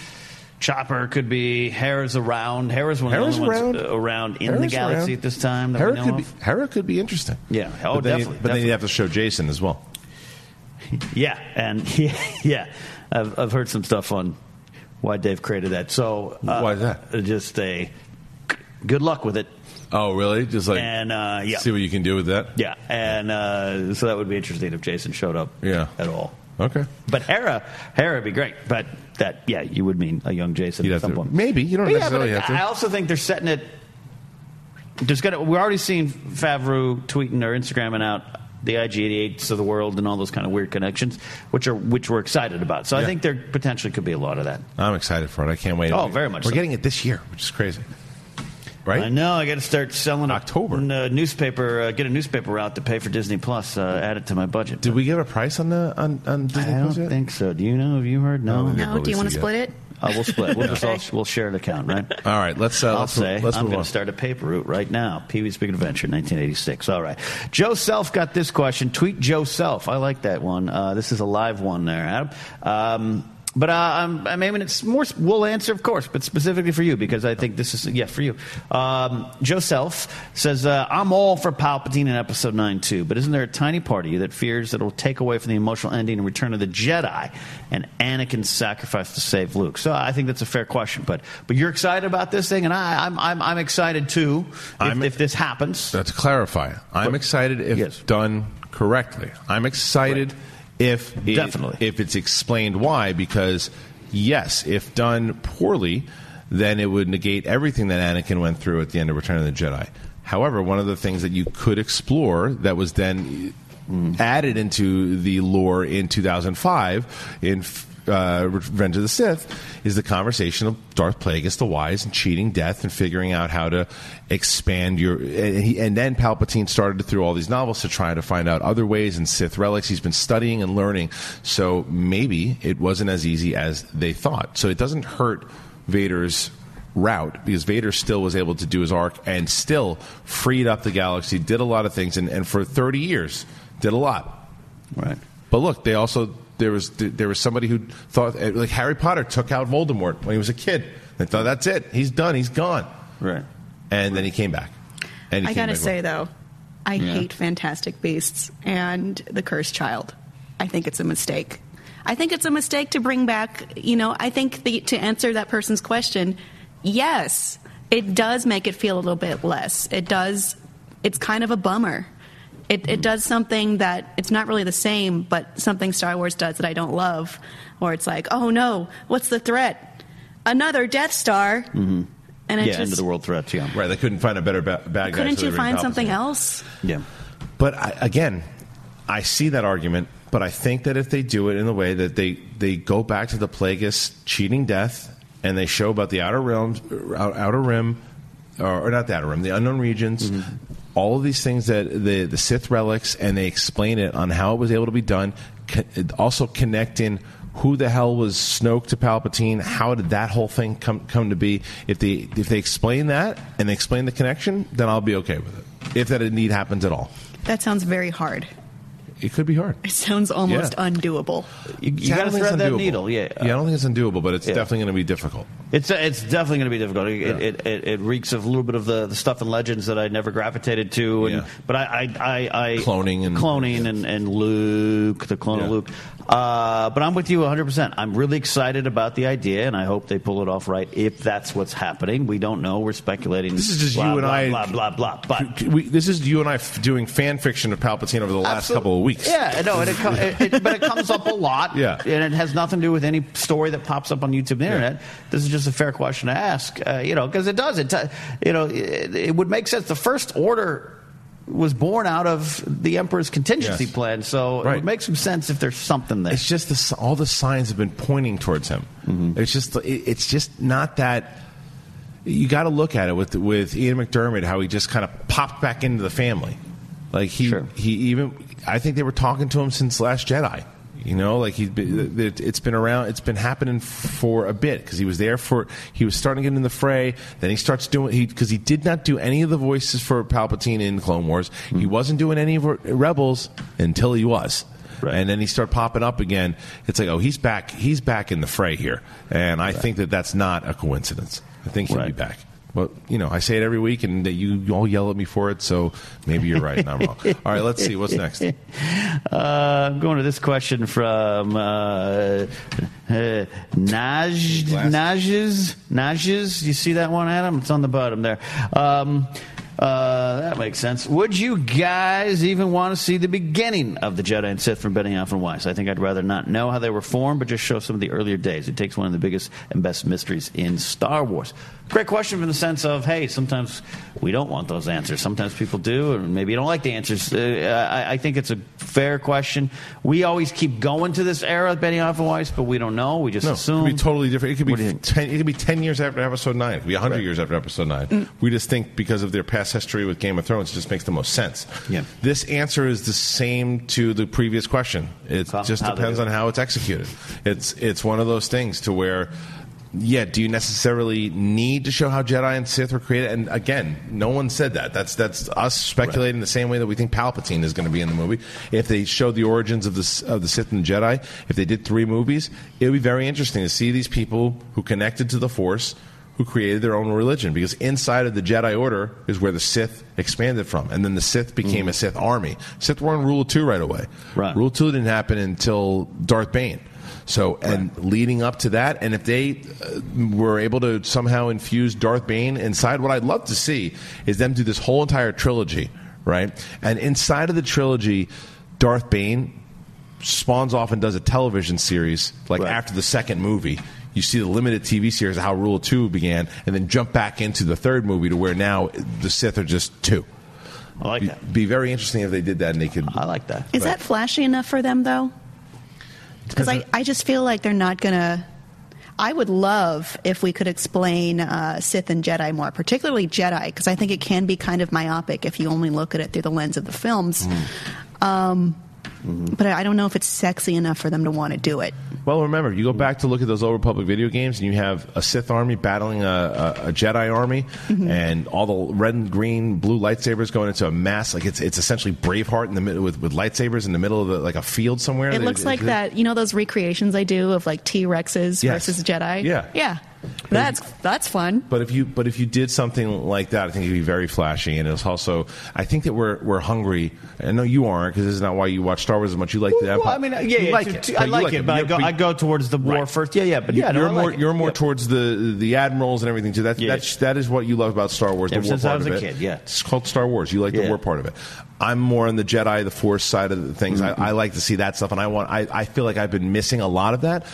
Speaker 6: Chopper could be Hera's around. Hera's one
Speaker 12: Hera's
Speaker 6: of the only
Speaker 12: around.
Speaker 6: ones uh, around in the
Speaker 12: Hera's
Speaker 6: galaxy
Speaker 12: around.
Speaker 6: at this time. That we
Speaker 12: Hera
Speaker 6: know
Speaker 12: could,
Speaker 6: of.
Speaker 12: be, Hera could be interesting.
Speaker 6: Yeah. Oh,
Speaker 12: but then
Speaker 6: definitely,
Speaker 12: You, but then
Speaker 6: definitely.
Speaker 12: you'd have to show Jason as well.
Speaker 6: Yeah, and yeah, yeah. I've, I've heard some stuff on why Dave created that. So uh,
Speaker 12: Why is that?
Speaker 6: Just a good luck with it.
Speaker 12: Oh, really? Just like
Speaker 6: And, uh, yeah.
Speaker 12: see what you can do with that.
Speaker 6: Yeah, and uh, so that would be interesting if Jason showed up.
Speaker 12: Yeah.
Speaker 6: at all.
Speaker 12: Okay.
Speaker 6: But Hera, Hera would be great. But that, yeah, you would mean a young Jason
Speaker 12: You'd
Speaker 6: at
Speaker 12: have
Speaker 6: some
Speaker 12: to-
Speaker 6: point.
Speaker 12: maybe. You don't
Speaker 6: But yeah,
Speaker 12: necessarily
Speaker 6: but
Speaker 12: have to.
Speaker 6: I also think they're setting it. There's gonna. We're already seeing Favreau tweeting or Instagramming out the IG88s of the world and all those kind of weird connections, which are which we're excited about. So I
Speaker 12: Yeah.
Speaker 6: think there potentially could be a lot of that.
Speaker 12: I'm excited for it. I can't wait.
Speaker 6: Oh, very much
Speaker 12: We're
Speaker 6: so.
Speaker 12: getting it this year, which is crazy.
Speaker 6: I
Speaker 12: Right?
Speaker 6: know. I got to start selling a-
Speaker 12: October.
Speaker 6: a newspaper. Uh, get a newspaper out to pay for Disney Plus. Uh, add it to my budget.
Speaker 12: Did we get a price on the on, on
Speaker 6: I
Speaker 12: Disney
Speaker 6: don't
Speaker 12: Plus yet? Oh,
Speaker 6: think so. Do you know? Have you heard? No.
Speaker 12: No.
Speaker 13: No, do you want to split it?
Speaker 6: Uh, we'll split. We'll just all, we'll share an account, right?
Speaker 12: All right, let's uh,
Speaker 6: I'll
Speaker 12: let's,
Speaker 6: say
Speaker 12: let's
Speaker 6: I'm
Speaker 12: move
Speaker 6: going
Speaker 12: on.
Speaker 6: to start a paper route right now. Pee Wee's Big Adventure, 1986. All right, Joe Self got this question. Tweet Joe Self. I like that one. Uh, this is a live one there, Adam. Um, but uh, I'm, I'm aiming it's more. We'll answer, of course, but specifically for you because I think this is yeah for you. Um, Joe Self says uh, I'm all for Palpatine in Episode Nine too, but isn't there a tiny part of you that fears that it'll take away from the emotional ending in Return of the Jedi and Anakin's sacrifice to save Luke? So I think that's a fair question. But but you're excited about this thing, and I, I'm, I'm I'm excited too. If,
Speaker 12: I'm-
Speaker 6: if this happens,
Speaker 12: Now, to clarify, I'm excited if
Speaker 6: Yes.
Speaker 12: done correctly. I'm excited if it-
Speaker 6: Definitely.
Speaker 12: if it's explained why. Because yes, if done poorly, then it would negate everything that Anakin went through at the end of Return of the Jedi. However, one of the things that you could explore that was then mm, added into the lore in 2005 in uh, Revenge of the Sith is the conversation of Darth Plagueis the Wise and cheating death and figuring out how to expand your. And, he, and then Palpatine started through all these novels to try to find out other ways and Sith relics. He's been studying and learning. So maybe it wasn't as easy as they thought. So it doesn't hurt Vader's route because Vader still was able to do his arc and still freed up the galaxy, did a lot of things, and, and for 30 years did a lot.
Speaker 6: right?
Speaker 12: But look, they also there was there was somebody who thought eh, like Harry Potter took out Voldemort when he was a kid. They thought that's it, he's done, he's gone,
Speaker 6: Right.
Speaker 12: and then he came back. And he
Speaker 8: I
Speaker 12: came
Speaker 8: gotta
Speaker 12: back
Speaker 8: say
Speaker 12: with-
Speaker 8: though, I hate Fantastic Beasts and the Cursed Child. I think it's a mistake. I think it's a mistake to bring back. You know, I think the, to answer that person's question, yes, it does make it feel a little bit less. It does. It's kind of a bummer. It, it does something that it's not really the same, but something Star Wars does that I don't love, or it's like, oh no, what's the threat? Another Death Star, mm-hmm. and it
Speaker 6: Yeah,
Speaker 8: just
Speaker 6: end of the world threats. Yeah,
Speaker 12: right, they couldn't find a better ba- bad guy. so
Speaker 8: Couldn't
Speaker 12: they
Speaker 8: you
Speaker 12: bring
Speaker 8: find
Speaker 12: Palpatine.
Speaker 8: something else?
Speaker 6: yeah.
Speaker 12: But I, again, I see that argument, but I think that if they do it in the way that they, they go back to the Plagueis cheating death and they show about the outer realms, uh, outer rim, or, or not the outer rim, the unknown regions, all of these things that the the Sith relics, and they explain it on how it was able to be done. co- Also connect in who the hell was Snoke to Palpatine? How did that whole thing come come to be? If they if they explain that and they explain the connection, then I'll be okay with it. If that indeed happens at all.
Speaker 8: That sounds very hard.
Speaker 12: It could be hard.
Speaker 8: It sounds almost
Speaker 12: Yeah.
Speaker 8: undoable.
Speaker 6: You, you got to thread that needle. Yeah.
Speaker 12: yeah, I don't think it's undoable, but it's
Speaker 6: Yeah.
Speaker 12: definitely going to be difficult.
Speaker 6: It's uh, it's definitely going to be difficult. It,
Speaker 12: Yeah.
Speaker 6: it, it, it reeks of a little bit of the, the stuff in Legends that I never gravitated to, and
Speaker 12: Yeah.
Speaker 6: but I I, I, I
Speaker 12: Cloning and-
Speaker 6: cloning and, and Luke, the clone of
Speaker 12: Yeah.
Speaker 6: Luke. Uh, but I'm with you 100. percent I'm really excited about the idea, and I hope they pull it off right. If that's what's happening, we don't know. We're speculating.
Speaker 12: This is just
Speaker 6: blah,
Speaker 12: you and
Speaker 6: blah,
Speaker 12: I-
Speaker 6: Blah blah blah. But
Speaker 12: We, this is you and I f- doing fan fiction of Palpatine over the last
Speaker 6: Absolute-
Speaker 12: couple of weeks.
Speaker 6: Yeah, no, and it, com- it, it- but it comes up a lot.
Speaker 12: Yeah.
Speaker 6: and it has nothing to do with any story that pops up on YouTube, and the internet. This is just a fair question to ask, uh, you know, because it does. It, t- you know, it, it would make sense. The first order was born out of the Emperor's contingency
Speaker 12: Yes.
Speaker 6: plan. So it
Speaker 12: Right.
Speaker 6: would make some sense if there's something there. Mm-hmm.
Speaker 12: It's just the, s- all the signs have been pointing towards him. It's just it, it's just not that. You got to look at it with with Ian McDermott how he just kind of popped back into the family. Like he
Speaker 6: Sure.
Speaker 12: he even I think they were talking to him since Last Jedi. You know, like he's
Speaker 6: Mm-hmm.
Speaker 12: been it- it's been around, it's been happening for a bit because he was there for he was starting to get in the fray. Then he starts doing he because he did not do any of the voices for Palpatine in Clone Wars.
Speaker 6: Mm-hmm.
Speaker 12: He wasn't doing any of Rebels until he was.
Speaker 6: Right.
Speaker 12: And then he started popping up again. It's like, oh, he's back. He's back in the fray here, and I think that that's not a coincidence. I think he'll be
Speaker 6: Right.
Speaker 12: back. But you know, I say it every week, and that you, you all yell at me for it. So maybe you're right, and I'm wrong. All right, let's see what's next.
Speaker 6: Uh, I'm going to this question from uh, uh, Naj
Speaker 12: Last-
Speaker 6: Naj's Naj's. You see that one, Adam? It's on the bottom there. Um, uh, that makes sense. Would you guys even want to see the beginning of the Jedi and Sith from Benioff and Weiss? I think I'd rather not know how they were formed, but just show some of the earlier days. It takes one of the biggest and best mysteries in Star Wars. Great question from the sense of, hey, sometimes we don't want those answers. Sometimes people do, and maybe you don't like the answers. Uh, I, I think it's a fair question. We always keep going to this era of Benioff and Weiss, but we don't know. We just
Speaker 12: No, it
Speaker 6: assume.
Speaker 12: could be totally different. It could be
Speaker 6: What do you think?
Speaker 12: ten. It could be ten years after episode nine. It could be hundred
Speaker 6: Right. Mm.
Speaker 12: years after episode nine. We just think because of their past history with Game of Thrones, it just makes the most sense.
Speaker 6: Yeah.
Speaker 12: This answer is the same to the previous question. It
Speaker 6: How-
Speaker 12: just
Speaker 6: how they
Speaker 12: depends
Speaker 6: do
Speaker 12: on
Speaker 6: it.
Speaker 12: how it's executed. It's it's one of those things to where. Yeah, do you necessarily need to show how Jedi and Sith were created? And again, no one said that. That's that's us speculating the same way that we think Palpatine is going to be in the movie. If they showed the origins of the S- of the Sith and Jedi, if they did three movies, it would be very interesting to see these people who connected to the Force, who created their own religion, because inside of the Jedi Order is where the Sith expanded from, and then the Sith became a Sith army. Sith were in Rule Two right away.
Speaker 6: Right.
Speaker 12: Rule Two didn't happen until Darth Bane. So and leading up to that, and if they uh, were able to somehow infuse Darth Bane inside, what I'd love to see is them do this whole entire trilogy, right? And inside of the trilogy, Darth Bane spawns off and does a television series like
Speaker 6: Right.
Speaker 12: after the second movie. You see the limited TV series of how Rule Two began, and then jump back into the third movie to where now the Sith are just two.
Speaker 6: I like
Speaker 12: Be,
Speaker 6: that.
Speaker 12: be very interesting if they did that and they could.
Speaker 6: I like that.
Speaker 8: Is that flashy enough for them, though? Because I, I just feel like they're not going to. I would love if we could explain uh, Sith and Jedi more, particularly Jedi, because I think it can be kind of myopic if you only look at it through the lens of the films.
Speaker 12: Hmm.
Speaker 8: Um,
Speaker 12: Mm-hmm.
Speaker 8: But I don't know if it's sexy enough for them to want to do it.
Speaker 12: Well, remember, you go back to look at those Old Republic video games, and you have a Sith army battling a, a, a Jedi army, and all the red and green, blue lightsabers going into a mass. Like it's it's essentially Braveheart in the middle with, with lightsabers in the middle of the, like a field somewhere.
Speaker 8: It
Speaker 12: They-
Speaker 8: looks
Speaker 12: they-
Speaker 8: like that. You know those recreations I do of like T Rexes
Speaker 12: Yes.
Speaker 8: versus Jedi.
Speaker 12: Yeah.
Speaker 8: yeah, that's that's fun.
Speaker 12: But if you but if you did something like that, I think it'd be very flashy, and it's also I think that we're we're hungry. I know you aren't because this is not why you watch Star Wars as much. You like the
Speaker 6: Well,
Speaker 12: Empire.
Speaker 6: I mean,
Speaker 12: You
Speaker 6: yeah, yeah,
Speaker 12: like
Speaker 6: to-
Speaker 12: it.
Speaker 6: to- I
Speaker 12: you
Speaker 6: like it, but I
Speaker 12: You-
Speaker 6: go- I go towards the war first. Yeah, yeah, but yeah, no,
Speaker 12: you're
Speaker 6: I
Speaker 12: more
Speaker 6: like it.
Speaker 12: you're more
Speaker 6: Yep.
Speaker 12: towards the the admirals and everything too. That's
Speaker 6: Yeah,
Speaker 12: that's that is what you love about Star Wars.
Speaker 6: Ever
Speaker 12: the war
Speaker 6: since I
Speaker 12: part
Speaker 6: was
Speaker 12: of
Speaker 6: a
Speaker 12: it.
Speaker 6: kid, yeah.
Speaker 12: it's called Star Wars. You like the
Speaker 6: Yeah.
Speaker 12: war part of it. I'm more on the Jedi, the Force side of the things.
Speaker 6: Mm-hmm.
Speaker 12: I, I like to see that stuff, and I want. I, I feel like I've been missing a lot of that.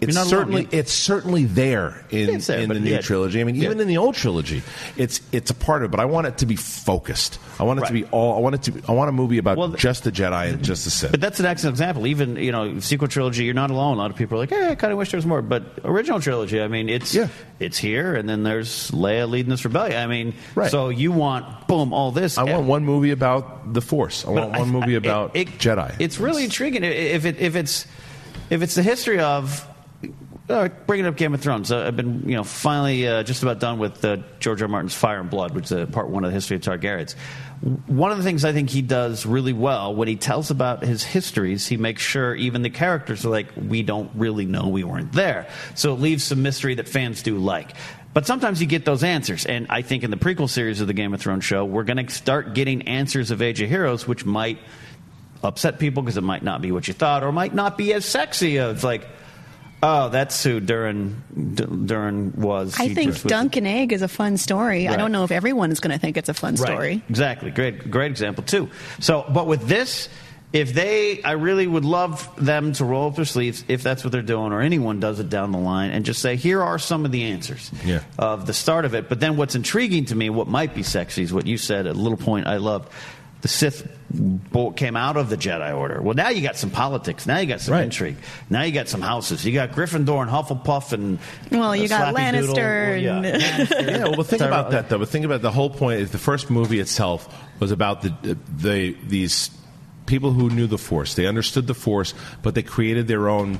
Speaker 12: It's
Speaker 6: not alone.
Speaker 12: certainly
Speaker 6: You-
Speaker 12: it's certainly there in
Speaker 6: It's there,
Speaker 12: in the
Speaker 6: but
Speaker 12: new
Speaker 6: yeah.
Speaker 12: trilogy. I mean,
Speaker 6: Yeah.
Speaker 12: even in the old trilogy, it's it's a part of it. But I want it to be focused. I want it to
Speaker 6: Right.
Speaker 12: be all. I want it to. Be, I want a movie about
Speaker 6: Well, th-
Speaker 12: just the Jedi and just the Sith.
Speaker 6: But that's an excellent example. Even you know, sequel trilogy, you're not alone. A lot of people are like, "Hey, I kind of wish there was more." But original trilogy, I mean, it's
Speaker 12: Yeah.
Speaker 6: it's here, and then there's Leia leading this rebellion. I mean,
Speaker 12: Right.
Speaker 6: so you want boom all this?
Speaker 12: I want one movie about the Force. I
Speaker 6: But
Speaker 12: want
Speaker 6: I-
Speaker 12: one movie
Speaker 6: I-
Speaker 12: about
Speaker 6: it-
Speaker 12: Jedi.
Speaker 6: It's really intriguing I- if it if it's if it's the history of. Uh, bringing up Game of Thrones, uh, I've been, you know, finally uh, just about done with uh, George R. R. Martin's Fire and Blood, which is uh, part one of the history of Targaryens. W- One of the things I think he does really well when he tells about his histories, he makes sure even the characters are like, we don't really know we weren't there, so it leaves some mystery that fans do like. But sometimes you get those answers. And I think in the prequel series of the Game of Thrones show, we're going to start getting answers of Age of Heroes, which might upset people because it might not be what you thought or might not be as sexy. It's like, oh, that's who Durin, D- Durin was.
Speaker 8: I
Speaker 6: He
Speaker 8: think
Speaker 6: just was-
Speaker 8: Dunk and Egg is a fun story. I
Speaker 6: Right.
Speaker 8: don't know if everyone is going to think it's a fun story.
Speaker 6: Exactly. Great, great example too. So, but with this, if they, I really would love them to roll up their sleeves if that's what they're doing, or anyone does it down the line, and just say, here are some of the answers
Speaker 12: Yeah.
Speaker 6: of the start of it. But then, what's intriguing to me, what might be sexy, is what you said. A little point I loved. the Sith bo- came out of the Jedi Order. Well, now you got some politics. Now you got some
Speaker 12: Right.
Speaker 6: intrigue. Now you got some houses. You got Gryffindor and Hufflepuff and
Speaker 8: Well,
Speaker 6: uh,
Speaker 8: you got
Speaker 6: Slappy Doodle.
Speaker 8: Lannister
Speaker 6: Well, yeah.
Speaker 8: and-
Speaker 12: yeah, well, think
Speaker 6: Sorry
Speaker 12: about
Speaker 6: about
Speaker 12: that though. But think about the whole point is the first movie itself was about the the these people who knew the Force. They understood the Force, but they created their own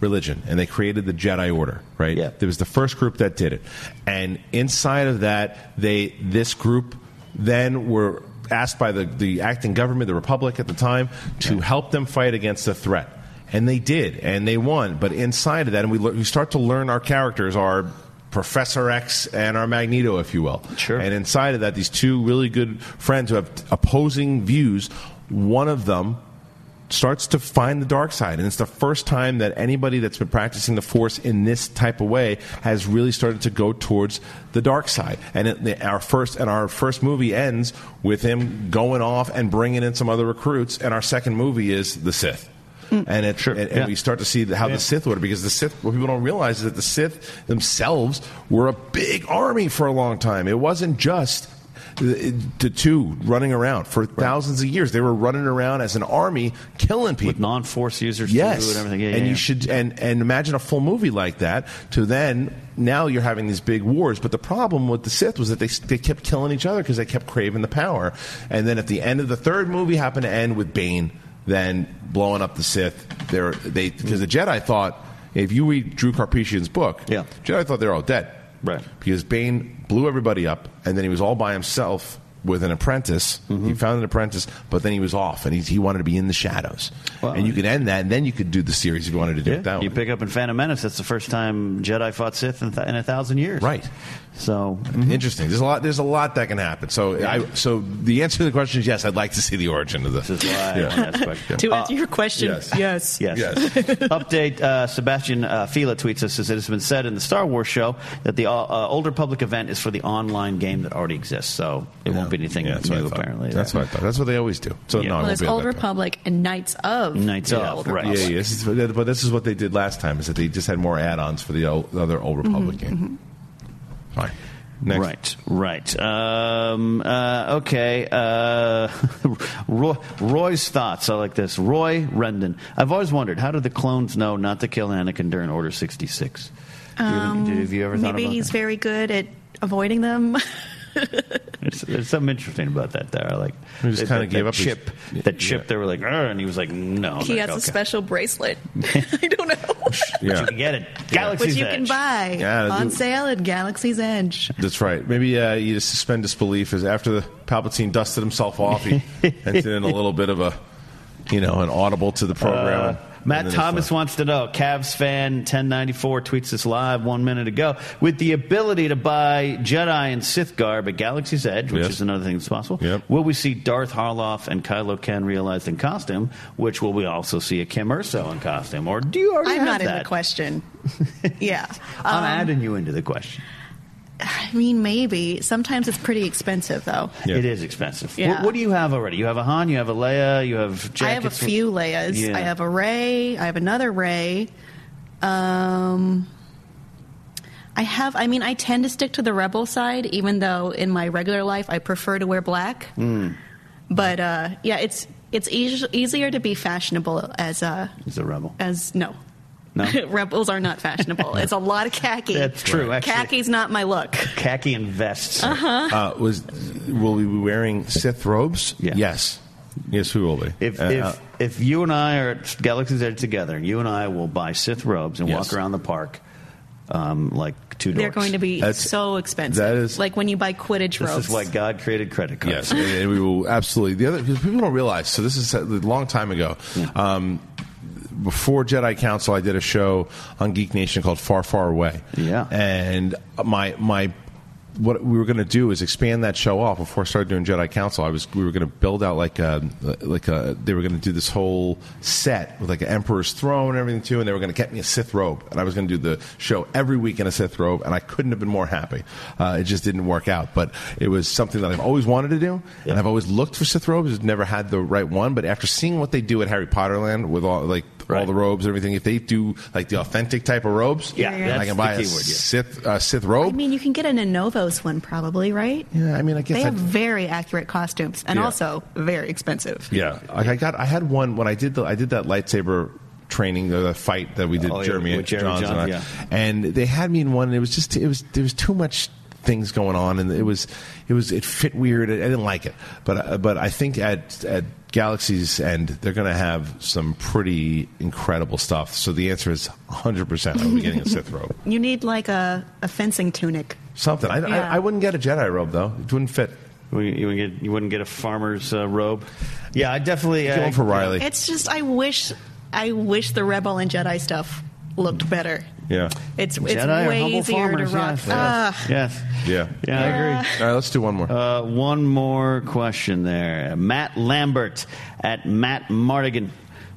Speaker 12: religion and they created the Jedi Order. Right?
Speaker 6: Yeah.
Speaker 12: There was the first group that did it, and inside of that, they this group then were asked by the the acting government, the Republic at the time, to help them fight against the threat. And they did, and they won. But inside of that, and we, lear- we start to learn our characters, our Professor X and our Magneto, if you will.
Speaker 6: Sure.
Speaker 12: And inside of that, these two really good friends who have opposing views, one of them starts to find the dark side. And it's the first time that anybody that's been practicing the Force in this type of way has really started to go towards the dark side. And it, our first and our first movie ends with him going off and bringing in some other recruits. And our second movie is the Sith. And it, and, and
Speaker 6: yeah.
Speaker 12: we start to see how the Sith were, because the Sith, what people don't realize is that the Sith themselves were a big army for a long time. It wasn't just the, the two running around for thousands of years. They were running around as an army, killing people.
Speaker 6: with non-force users
Speaker 12: Yes,
Speaker 6: too and everything. Yeah,
Speaker 12: and
Speaker 6: yeah,
Speaker 12: you
Speaker 6: yeah.
Speaker 12: should and and imagine a full movie like that. To then now you're having these big wars. But the problem with the Sith was that they they kept killing each other because they kept craving the power. And then at the end of the third movie, happened to end with Bane then blowing up the Sith. They're, they because the Jedi thought if you read Drew Carpetian's book,
Speaker 6: Yeah.
Speaker 12: Jedi thought they're all dead,
Speaker 6: Right.
Speaker 12: Because Bane blew everybody up, and then he was all by himself. With an apprentice,
Speaker 6: Mm-hmm.
Speaker 12: he found an apprentice, but then he was off, and he, he wanted to be in the shadows.
Speaker 6: Well,
Speaker 12: and you could end that, and then you could do the series if you wanted to do
Speaker 6: Yeah.
Speaker 12: it that way.
Speaker 6: you pick up in Phantom Menace. That's the first time Jedi fought Sith in, th- in a thousand years.
Speaker 12: Right.
Speaker 6: So mm,
Speaker 12: Mm-hmm. Interesting. There's a lot. There's a lot that can happen. So, I, so the answer to the question is yes. I'd like to see the origin of this.
Speaker 6: this is why I wanna ask questions.
Speaker 8: To answer your question,
Speaker 12: yes.
Speaker 8: yes.
Speaker 6: Yes.
Speaker 12: Yes.
Speaker 6: Update uh, Sebastian uh, Fila tweets us as it has been said in the Star Wars show that the uh, uh, older public event is for the online game that already exists. So it won't be anything
Speaker 12: Yeah,
Speaker 6: new,
Speaker 12: thought.
Speaker 6: apparently.
Speaker 12: That's what I thought. That's what they always do. So no,
Speaker 6: Yeah. Well,
Speaker 12: it
Speaker 8: Well,
Speaker 12: won't
Speaker 8: there's
Speaker 12: be all
Speaker 8: Old
Speaker 12: that bad.
Speaker 8: Republic and Knights of.
Speaker 6: Knights
Speaker 8: the
Speaker 6: of,
Speaker 8: Old
Speaker 6: right.
Speaker 12: Yeah,
Speaker 6: Republic.
Speaker 12: yeah. This is, but this is what they did last time. Is that they just had more add-ons for the, old, the other Old Republic game. Fine. Next.
Speaker 6: Mm-hmm, Right, right. Um, uh, okay. Uh, Roy, Roy's thoughts. I like this. Roy Rendon. I've always wondered how did the clones know not to kill Anakin during Order 66? Do you- did- have you ever thought
Speaker 8: Um, Maybe
Speaker 6: about
Speaker 8: he's
Speaker 6: that? Oh,
Speaker 8: very good at avoiding them.
Speaker 6: There's, there's something interesting about that. There, I like.
Speaker 12: He just
Speaker 6: that-
Speaker 12: kinda
Speaker 6: that-
Speaker 12: gave
Speaker 6: that
Speaker 12: up his-
Speaker 6: chip. that chip. They were like, "Arr," and he was like, no.
Speaker 8: he
Speaker 6: Like,
Speaker 8: has a
Speaker 6: okay.
Speaker 8: special bracelet. I don't know.
Speaker 6: But
Speaker 12: Yeah.
Speaker 6: you can get it. Galaxy's
Speaker 8: Which you can
Speaker 6: Edge.
Speaker 8: buy
Speaker 12: Yeah,
Speaker 8: on
Speaker 12: do-
Speaker 8: sale at Galaxy's Edge.
Speaker 12: That's right. Maybe uh, you just suspend disbelief as after the Palpatine dusted himself off, he entered in a little bit of a, you know, an audible to the program. and-
Speaker 6: Uh, Matt
Speaker 12: and then
Speaker 6: Thomas
Speaker 12: it's, uh,
Speaker 6: wants to know. Cavs fan 1094 tweets this live one minute ago. With the ability to buy Jedi and Sith garb at Galaxy's Edge, which
Speaker 12: Yes.
Speaker 6: is another thing that's possible,
Speaker 12: Yep.
Speaker 6: will we see Darth Harloff and Kylo Ken realized in costume? Which will we also see a Kim Urso in costume? Or do you already
Speaker 8: I'm
Speaker 6: have
Speaker 8: not in
Speaker 6: that?
Speaker 8: the question. yeah. Um,
Speaker 6: I'm adding you into the question.
Speaker 8: I mean, maybe. Sometimes it's pretty expensive, though.
Speaker 12: Yeah.
Speaker 6: It is expensive.
Speaker 8: Yeah.
Speaker 6: What, what do you have already? You have a Han, you have a Leia, you have jackets.
Speaker 8: I have a
Speaker 6: with-
Speaker 8: few Leias.
Speaker 6: Yeah.
Speaker 8: I have a Ray. I have another Ray. Um, I have. I mean, I tend to stick to the rebel side, even though in my regular life I prefer to wear black.
Speaker 6: Hmm.
Speaker 8: But uh, yeah, it's it's eas- easier to be fashionable as a
Speaker 6: He's a rebel.
Speaker 8: as no.
Speaker 6: No?
Speaker 8: Rebels are not fashionable. It's a lot of khaki.
Speaker 6: That's true, actually.
Speaker 8: Khaki's not my look.
Speaker 6: Khaki and vests.
Speaker 8: Uh-huh.
Speaker 12: uh, was will we be wearing Sith robes?
Speaker 6: Yeah.
Speaker 12: Yes. Yes, we will be.
Speaker 6: If,
Speaker 12: Uh,
Speaker 6: if,
Speaker 12: uh,
Speaker 6: if you and I are at Galaxy's Edge together, you and I will buy Sith robes and
Speaker 12: Yes.
Speaker 6: walk around the park um, like two dorks.
Speaker 8: They're going to be
Speaker 12: That's-
Speaker 8: so expensive.
Speaker 12: that is-
Speaker 8: like when you buy Quidditch
Speaker 6: This
Speaker 8: robes.
Speaker 6: is why God created credit
Speaker 12: Yes,
Speaker 6: cards.
Speaker 12: and, and we will absolutely. The other because people don't realize. So this is a long time ago. Um, before Jedi Council, I did a show on Geek Nation called Far Far Away.
Speaker 6: Yeah.
Speaker 12: and my my. What we were going to do is expand that show off before I started doing Jedi Council. I was we were going to build out like a like a they were going to do this whole set with like an Emperor's throne and everything too, and they were going to get me a Sith robe, and I was going to do the show every week in a Sith robe, and I couldn't have been more happy. Uh, it just didn't work out, but it was something that I've always wanted to do, and I've always looked for Sith robes, I've never had the right one. But after seeing what they do at Harry Potter Land with all like
Speaker 6: Right.
Speaker 12: all the robes, and everything. If they do like the authentic type of robes,
Speaker 6: Yeah,
Speaker 12: then I
Speaker 6: that's
Speaker 12: can buy
Speaker 6: the
Speaker 12: a
Speaker 6: keyword, yeah.
Speaker 12: Sith uh, Sith
Speaker 8: I
Speaker 12: robe.
Speaker 8: mean, you can get an Innovos one probably, right?
Speaker 12: yeah, I mean, I guess
Speaker 8: They
Speaker 12: I,
Speaker 8: have very accurate costumes and
Speaker 12: Yeah.
Speaker 8: also very expensive.
Speaker 12: Yeah, like I got, I had one when I did the, I did that lightsaber training, the, the fight that we did,
Speaker 6: Oh, yeah,
Speaker 12: Jeremy
Speaker 6: with Jeremy
Speaker 12: Johns,
Speaker 6: John,
Speaker 12: and, I,
Speaker 6: yeah.
Speaker 12: and they had me in one. And it was just, it was, there was too much things going on, and it was, it was, it fit weird. I didn't like it, but, uh, but I think at at Galaxy's end, they're going to have some pretty incredible stuff. So the answer is 100. percent I'll be getting a Sith robe,
Speaker 8: You need like a, a fencing tunic.
Speaker 12: something. I,
Speaker 8: Yeah.
Speaker 12: I, I wouldn't get a Jedi robe though; it wouldn't fit.
Speaker 6: You, you wouldn't get, you wouldn't get a farmer's uh, robe. Yeah, I definitely.
Speaker 12: Get
Speaker 6: Uh,
Speaker 12: one for Riley.
Speaker 8: It's just I wish I wish the Rebel and Jedi stuff looked better.
Speaker 12: yeah,
Speaker 8: It's it's
Speaker 6: Jedi or
Speaker 8: way
Speaker 6: humble
Speaker 8: easier
Speaker 6: farmers,
Speaker 8: to rock.
Speaker 6: Yes.
Speaker 8: Ah,
Speaker 6: yes.
Speaker 12: yeah,
Speaker 6: Yeah, I agree.
Speaker 12: All right, let's do one more.
Speaker 6: Uh, one more question there. Matt Lambert at Matt Mardigan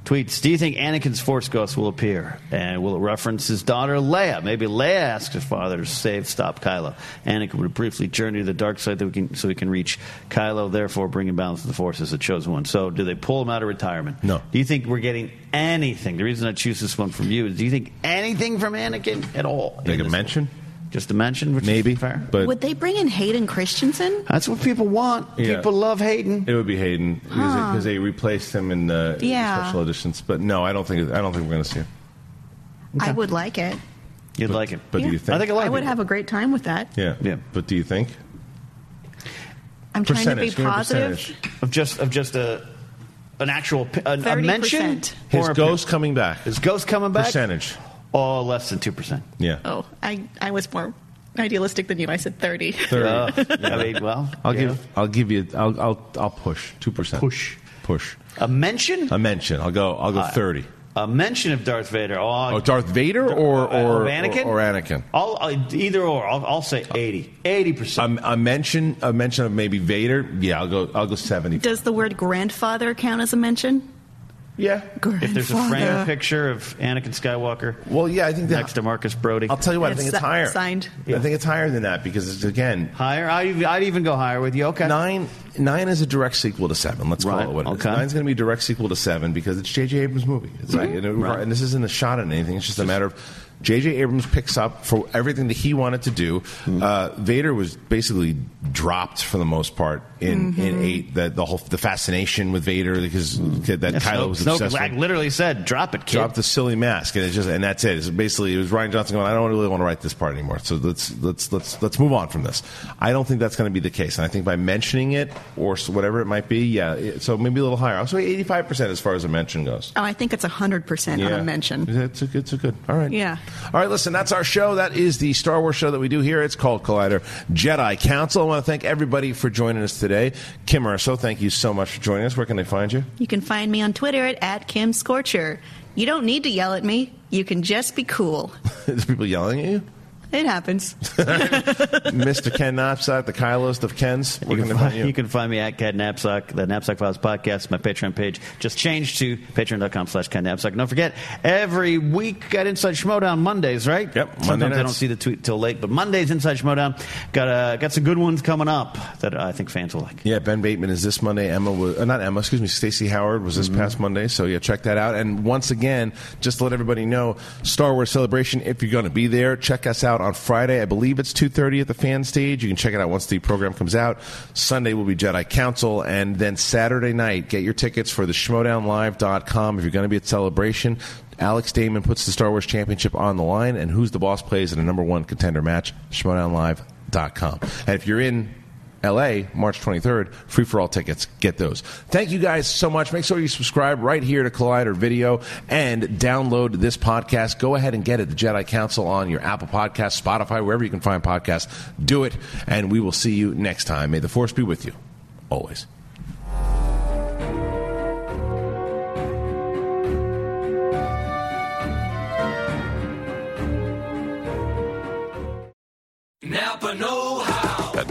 Speaker 6: tweets Do you think Anakin's Force Ghost will appear? And will it reference his daughter Leia? Maybe Leia asks her father to save, stop Kylo. Anakin would briefly journey to the dark side that we can, so he can reach Kylo, therefore bringing balance to the Force as the chosen one. So do they pull him out of retirement?
Speaker 12: No.
Speaker 6: Do you think we're getting anything? The reason I choose this one from you is do you think anything from Anakin at all? in
Speaker 12: Make a
Speaker 6: this
Speaker 12: mention?
Speaker 6: one? Just a mention? Which is
Speaker 12: Maybe,
Speaker 6: fair.
Speaker 12: but
Speaker 8: would they bring in Hayden Christensen?
Speaker 6: That's what people want.
Speaker 12: Yeah.
Speaker 6: People love Hayden.
Speaker 12: It would be Hayden because because they replaced him in the in the
Speaker 8: Yeah.
Speaker 12: special editions. But no, I don't think I don't think we're going to see him.
Speaker 8: I would like it.
Speaker 6: You'd like him.
Speaker 12: But
Speaker 8: Yeah.
Speaker 12: do you think?
Speaker 6: I think a lot
Speaker 8: I
Speaker 6: of
Speaker 8: would
Speaker 6: people-
Speaker 8: have a great time with that.
Speaker 12: yeah,
Speaker 6: Yeah.
Speaker 12: But do you think?
Speaker 8: I'm trying to be
Speaker 12: Percentage, give me a
Speaker 8: positive.
Speaker 12: percentage.
Speaker 6: of just of just a an actual pi- a, a
Speaker 8: 30%.
Speaker 6: mention.
Speaker 12: His
Speaker 6: Or a-
Speaker 12: ghost coming back.
Speaker 6: His ghost coming back.
Speaker 12: Percentage.
Speaker 6: Oh, less than two percent.
Speaker 12: Yeah.
Speaker 8: Oh, I I was more idealistic than you. I said 30.
Speaker 6: I mean, well,
Speaker 12: I'll
Speaker 6: you
Speaker 12: give.
Speaker 6: know.
Speaker 12: I'll give you. I'll. I'll. I'll push two percent.
Speaker 6: Push.
Speaker 12: Push.
Speaker 6: a mention. Uh,
Speaker 12: A mention. I'll go. I'll go thirty.
Speaker 6: A mention of Darth Vader. Oh,
Speaker 12: Oh, Darth Vader or or
Speaker 6: of uh, Anakin
Speaker 12: or, or Anakin.
Speaker 6: I'll, I'll- either or. I'll, I'll say 80 80 percent.
Speaker 12: A, a mention. A mention of maybe Vader. Yeah. I'll go. I'll go seventy.
Speaker 8: Does the word grandfather count as a mention?
Speaker 12: yeah.
Speaker 6: If there's a
Speaker 8: Grandfather.
Speaker 6: framed picture of Anakin Skywalker
Speaker 12: Well, yeah. I think that,
Speaker 6: next to Marcus Brody,
Speaker 12: I'll tell you what. I
Speaker 8: It's
Speaker 12: think it's
Speaker 8: si-
Speaker 12: higher.
Speaker 8: signed.
Speaker 12: I think it's higher than that because it's, again,
Speaker 6: higher. I'd, I'd even go higher with you. Okay,
Speaker 12: Nine, nine is a direct sequel to seven. Let's
Speaker 6: Right,
Speaker 12: call it what it is.
Speaker 6: okay.
Speaker 12: Nine's going to be a direct sequel to seven because it's J.J. Abrams' movie. It's like- and, it-
Speaker 6: Mm-hmm. Right.
Speaker 12: and this isn't a shot at anything. It's just a matter of J.J. Abrams picks up for everything that he wanted to do.
Speaker 6: Mm-hmm.
Speaker 12: Uh, Vader was basically dropped for the most part in, in eight. That the whole the fascination with Vader because
Speaker 6: Mm-hmm.
Speaker 12: that Kylo
Speaker 6: Snoke,
Speaker 12: was
Speaker 6: Snoke
Speaker 12: obsessed
Speaker 6: Black
Speaker 12: with.
Speaker 6: literally said, "Drop it, kid."
Speaker 12: Drop the silly mask, and it's just, and that's it. It's basically, it was Ryan Johnson going, I don't really want to write this part anymore. So let's let's let's let's move on from this. I don't think that's going to be the case, and I think by mentioning it or s- whatever it might be, yeah. It, so maybe a little higher. I'll say eighty five percent as far as a mention goes.
Speaker 8: Oh, I think it's 100% on a mention.
Speaker 12: It's a, it's a good. All right.
Speaker 8: Yeah.
Speaker 12: All right, listen, that's our show. That is the Star Wars show that we do here. It's called Collider Jedi Council. I want to thank everybody for joining us today. Kim Urso, thank you so much for joining us. Where can they find you?
Speaker 8: You can find me on Twitter at, at Kim Scorcher. You don't need to yell at me. You can just be cool.
Speaker 12: Is people yelling at you?
Speaker 8: It happens.
Speaker 12: Mr. Ken Knopsack, the Kyloist of Kens.
Speaker 6: You
Speaker 12: Where
Speaker 6: can,
Speaker 12: can they
Speaker 6: find,
Speaker 12: find
Speaker 6: you can find me at Cat Knapsack, the Knapsack Files podcast, my Patreon page. Just changed to patreon.com slash Cat Knapsack. And Don't forget, every week at Inside Schmodown Mondays, right?
Speaker 12: Yep, Monday
Speaker 6: Sometimes I
Speaker 12: nights.
Speaker 6: don't see the tweet till late, but Mondays Inside Schmodown. Got, uh, got some good ones coming up that I think fans will like.
Speaker 12: Yeah, Ben Bateman is this Monday. Emma was uh, not Emma, excuse me. Stacey Howard was this past Monday. So yeah, check that out. And once again, just to let everybody know, Star Wars Celebration. If you're going to be there, check us out on Friday. I believe it's 2:30 at the fan stage. You can check it out once the program comes out. Sunday will be Jedi Council, and then Saturday night, get your tickets for the SchmodownLive.com. If you're going to be at Celebration, Alex Damon puts the Star Wars Championship on the line, and who's the boss plays in a number one contender match. SchmodownLive.com. And if you're in LA, March 23rd, free for all tickets. Get those. Thank you guys so much. Make sure you subscribe right here to Collider Video and download this podcast. Go ahead and get it, the Jedi Council, on your Apple Podcast, Spotify, wherever you can find podcasts. Do it, and we will see you next time. May the Force be with you, always.
Speaker 2: Napa Know How.
Speaker 1: At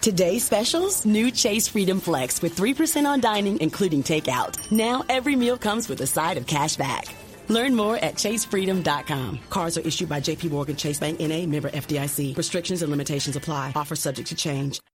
Speaker 3: Today's specials, new Chase Freedom Flex with 3% on dining, including takeout. Now every meal comes with a side of cash back. Learn more at chasefreedom.com. Cards are issued by JP Morgan Chase Bank NA, member FDIC. Restrictions and limitations apply. Offer subject to change.